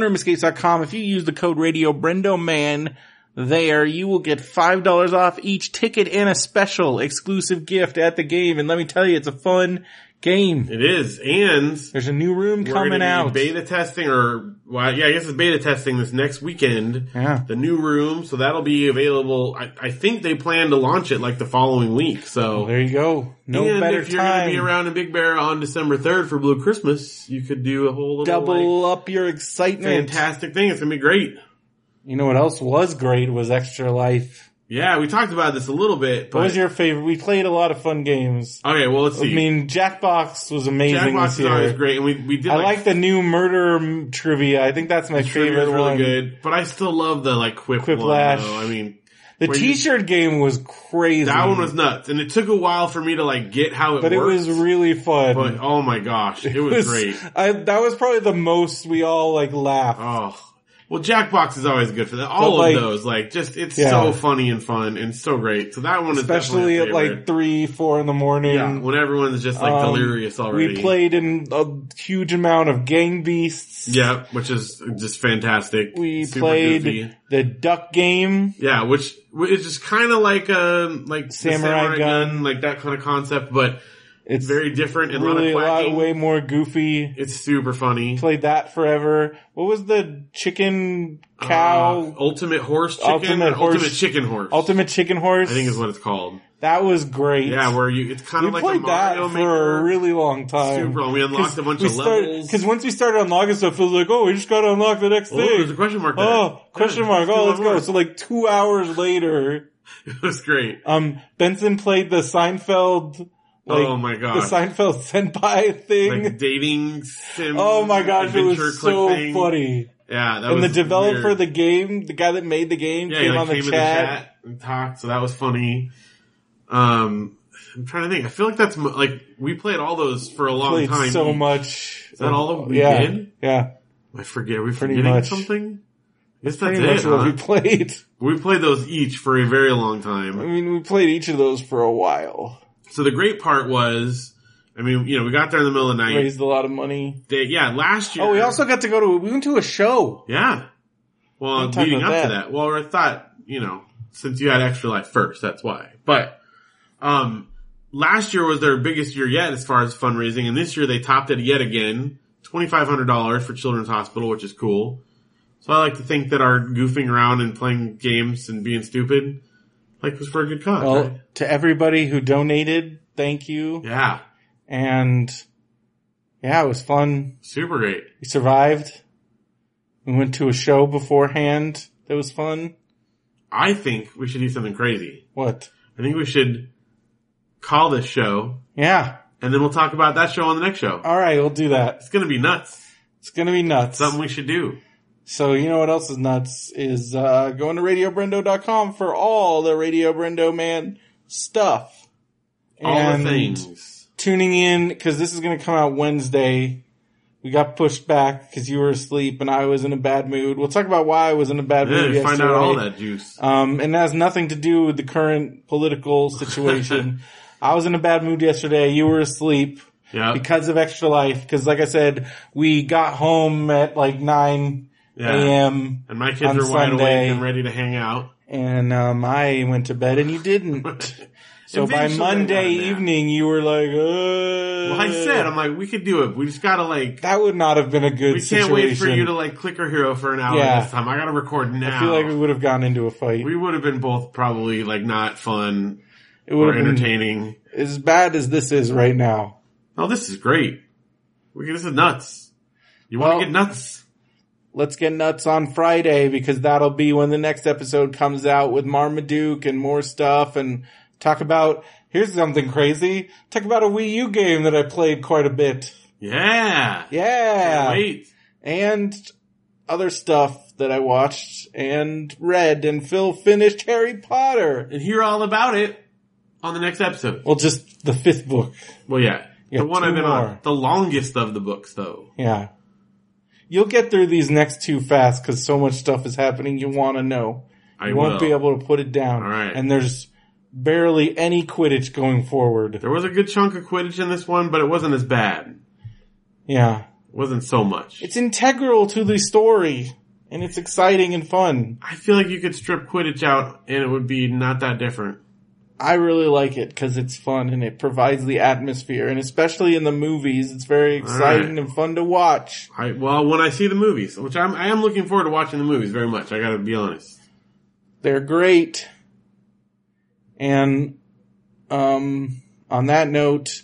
mountainroomescapes.com. If you use the code radio Brendo Man there, you will get $5 off each ticket and a special exclusive gift at the game. And let me tell you, it's a fun game.
It is, and
There's a new room
we're
coming
gonna be
out.
beta testing, or well, yeah, I guess it's beta testing this next weekend.
Yeah.
the new room, so that'll be available. I, I think they plan to launch it like the following week. So
There you go. No
and
better
if you're gonna be
time.
around in Big Bear on December 3rd for Blue Christmas, you could do a whole little, like,
Double up your excitement.
fantastic thing. It's gonna be great.
You know what else was great was Extra Life.
Yeah, we talked about this a little bit, but
What was your favorite? We played a lot of fun games.
okay. Well, let's
I
see.
mean, Jackbox was amazing
Jackbox
this
is
year.
always great, and we we did
I
like,
like the new murder m- trivia. I think that's my
trivia
favorite
really
one.
good, but I still love the like quip
Quiplash.
One, though. I mean,
The
Where you-
t-shirt game was crazy.
that one was nuts, and it took a while for me to like get how it
Mm. but
worked.
it was really fun.
but oh my gosh, it
*laughs* It
was
was-
great.
I, that was probably the most we all like laughed.
Oh. Well, Jackbox is always good for that. All
But, like-
of those, like, just it's
Yeah.
so funny and fun and so great. So that one is
especially
definitely a
at like
favorite.
three, four in the morning.
yeah, when everyone's just like
Um,
delirious already.
We played in a huge amount of Gang Beasts.
yeah, which is just fantastic.
We
Super
played
goofy.
the duck game.
yeah, which is just kind of like um like the gun,
Samurai Gun.
like that kind of concept, but
It's
very different and
really
a lot of quacking.
way more goofy.
it's super funny.
Played that forever. What was the chicken cow?
Uh, ultimate horse chicken,
Ultimate
or ultimate
horse-
chicken horse.
Ultimate Chicken Horse.
I think is what it's called.
that was great.
Yeah, where you it's kind
we
of like
played
a
that
Mario
for a
Maker.
really long time.
Super long. We unlocked a bunch of levels.
Because once we started unlocking stuff, it was like, oh, we just got to unlock the next
Oh, there's a
thing.
question mark there.
Oh, question mark. Oh, let's go. So
So
like two hours later,
*laughs* it was great.
um, Benson played the Seinfeld. *laughs* Like,
oh my
The
god.
Seinfeld *laughs* senpai thing.
like dating sim.
oh my gosh, it was
adventure click
so
thing.
funny.
Yeah, that
And the
was
developer
weird.
of the game, the guy that made the game,
yeah, he,
came
like,
on the
came in
chat.
and talked. So that was funny. Um, I'm trying to think. I feel like that's mo- like we played all those for a long
Played
time.
so much.
Oh, Is that all that we
yeah,
did?
Yeah.
I forget. Are we
Pretty
forgetting
much.
something? Yes, that's
Pretty
it.
much what
huh?
we played. *laughs*
we played those each for a very long
I
time.
mean, we played each of those for a while.
So the great part was, I mean, you know, we got there in the middle of the night.
Raised a lot of money.
They- yeah, last year.
Oh, we also got to go to, we went to a show.
Yeah. Well,
Don't talk
leading up
about
to
that.
that. Well, I thought, you know, since you had extra life first, that's why. But, um, last year was their biggest year yet as far as fundraising, and this year they topped it yet again. $2,500 for Children's Hospital, which is cool. So I like to think that our goofing around and playing games and being stupid, like, was for a good cause.
Well,
right?
to everybody who donated, thank you.
Yeah.
And yeah, it was fun.
Super great.
We survived. We went to a show beforehand. That was fun.
I think we should do something crazy.
What?
I think we should call this show,
Yeah.
and then we'll talk about that show on the next show.
All right. We'll do that.
It's gonna be nuts.
It's going to be nuts.
Something we should do.
So you know what else is nuts is uh, going to radiobrendo.com for all the Radio Brendo Man stuff.
All
And
the things.
Tuning in because this is going to come out Wednesday. We got pushed back because you were asleep and I was in a bad mood. We'll talk about why I was in a Uh, bad mood.
Yeah, find out
yesterday.
all that juice. *laughs*
Um, and that has nothing to do with the current political situation. I was in a bad mood yesterday. You were asleep
Yeah.
because of Extra Life. Because like I said, we got home at like 9
Yeah.
a.m.
and my kids
on
are wide
Sunday.
awake and ready to hang out.
and um, I went to bed and you
*laughs*
didn't. So by
Eventually, I
Monday
got a nap.
evening, you were like, uh,
Well, I said, I'm like, we could do it. We just gotta like,
that would not have been a good
we
situation.
can't wait for you to like clicker hero for an hour
Yeah.
this time. I gotta record now.
I feel like we would have gone into a fight.
we would have been both probably like not fun
it
or
would have been
entertaining.
as bad as this is right now.
Oh, this is great. We can, this is nuts. You want to
Well-
get nuts?
Let's get nuts on Friday because that'll be when the next episode comes out with Marmaduke and more stuff and talk about, here's something crazy. Talk about a Wii U game that I played quite a bit.
Yeah.
Yeah.
Wait.
And other stuff that I watched and read and Phil finished Harry Potter.
And hear all about it on the next episode.
Well, just the fifth book.
Well, yeah.
Yeah,
the one
two
I've been on.
more.
The longest of the books though.
Yeah. You'll get through these next two fast because so much stuff is happening you want to know.
I
you won't
will.
be able to put it down.
All right.
And there's barely any Quidditch going forward.
There was a good chunk of Quidditch in this one, but it wasn't as bad.
Yeah.
It wasn't so much.
It's integral to the story and it's exciting and fun.
I feel like you could strip Quidditch out and it would be not that different.
I really like it because it's fun and it provides the atmosphere and especially in the movies, it's very exciting and fun to watch.
I, well, when I see the movies, which I'm, I am looking forward to watching the movies very much. I gotta be honest.
They're great. And, um, on that note,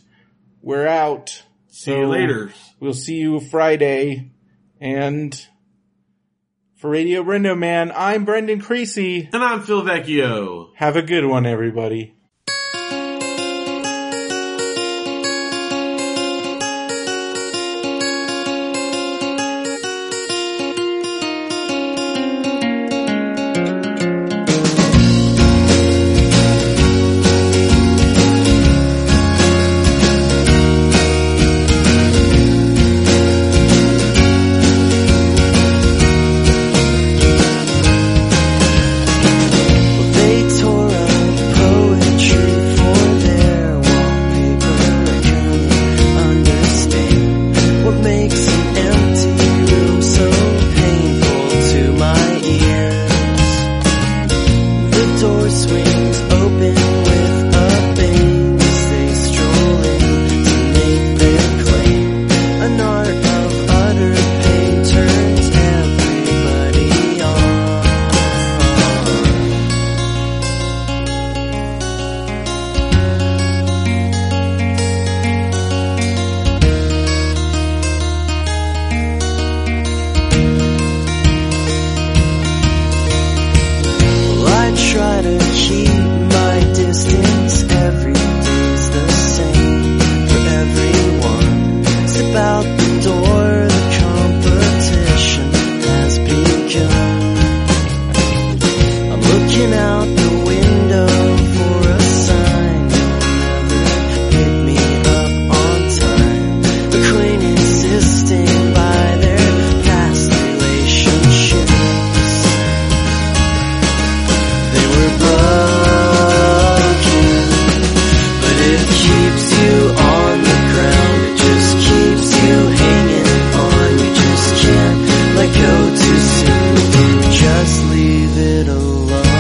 we're out.
See you later.
We'll see you Friday. And for Radio Brendo Man, I'm Brendan Creasy.
And I'm Phil Vecchio.
Have a good one, everybody.
They tore up poetry for their wallpaper. I can't understand what makes an empty room so painful to my ears. The door swings open with a bang as they stroll in to make their claim. An art of utter pain turns everybody on. Well, I try to keep my distance. Every day's the same for everyone. Step out the door, the competition has begun. I'm looking out the window for a sign. You'll never pick me up on time. Queen insisting by their past relationships. They were broken, but it keeps you on the ground. It just keeps you hanging on. You just can't let go too soon. Just leave it alone.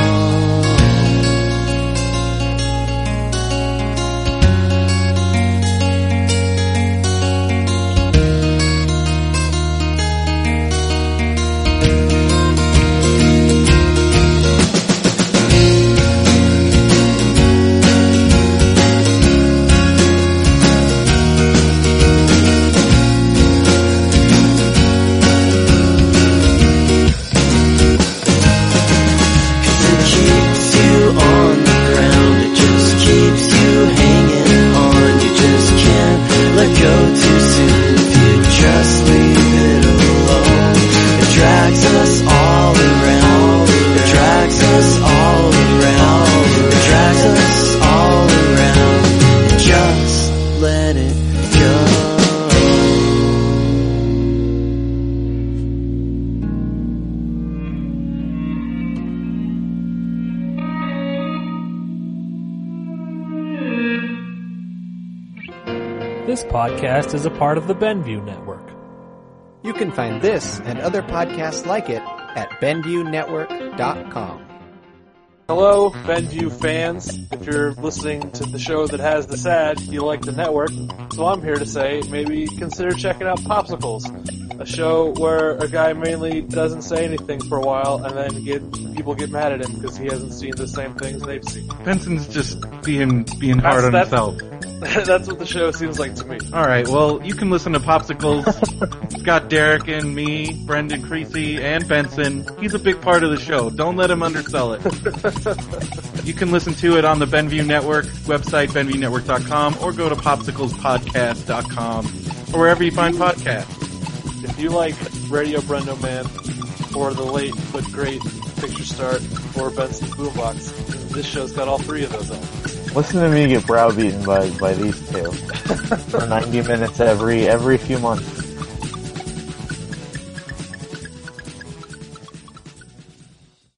It keeps you on the ground. It just keeps you hanging on. You just can't let go too soon. If you just leave it alone, it drags us all around. It drags us all around. It drags us all around. Just let it go.
This podcast is a part of the Benview Network.
You can find this and other podcasts like it at BenviewNetwork.com.
Hello, Benview fans. If you're listening to the show that has the sad, you like the network. So I'm here to say maybe consider checking out Popsicles, a show where a guy mainly doesn't say anything for a while and then get people get mad at him because he hasn't seen the same things they've seen.
Benson's just being being hard on
That's-
himself.
That's *laughs* what the show seems like to me.
All right, well, you can listen to Popsicles. it's got Derek and me, Brendan Creasy, and Benson. He's a big part of the show. Don't let him undersell it. you can listen to it on the Benview Network website, benviewnetwork.com, or go to popsiclespodcast.com, or wherever you find podcasts.
If you like Radio Brendo Man, or the late but great Picture Start, or Benson's Boombox, this show's got all three of those on.
Listen to me get browbeaten by, by these two for 90 minutes every every few months.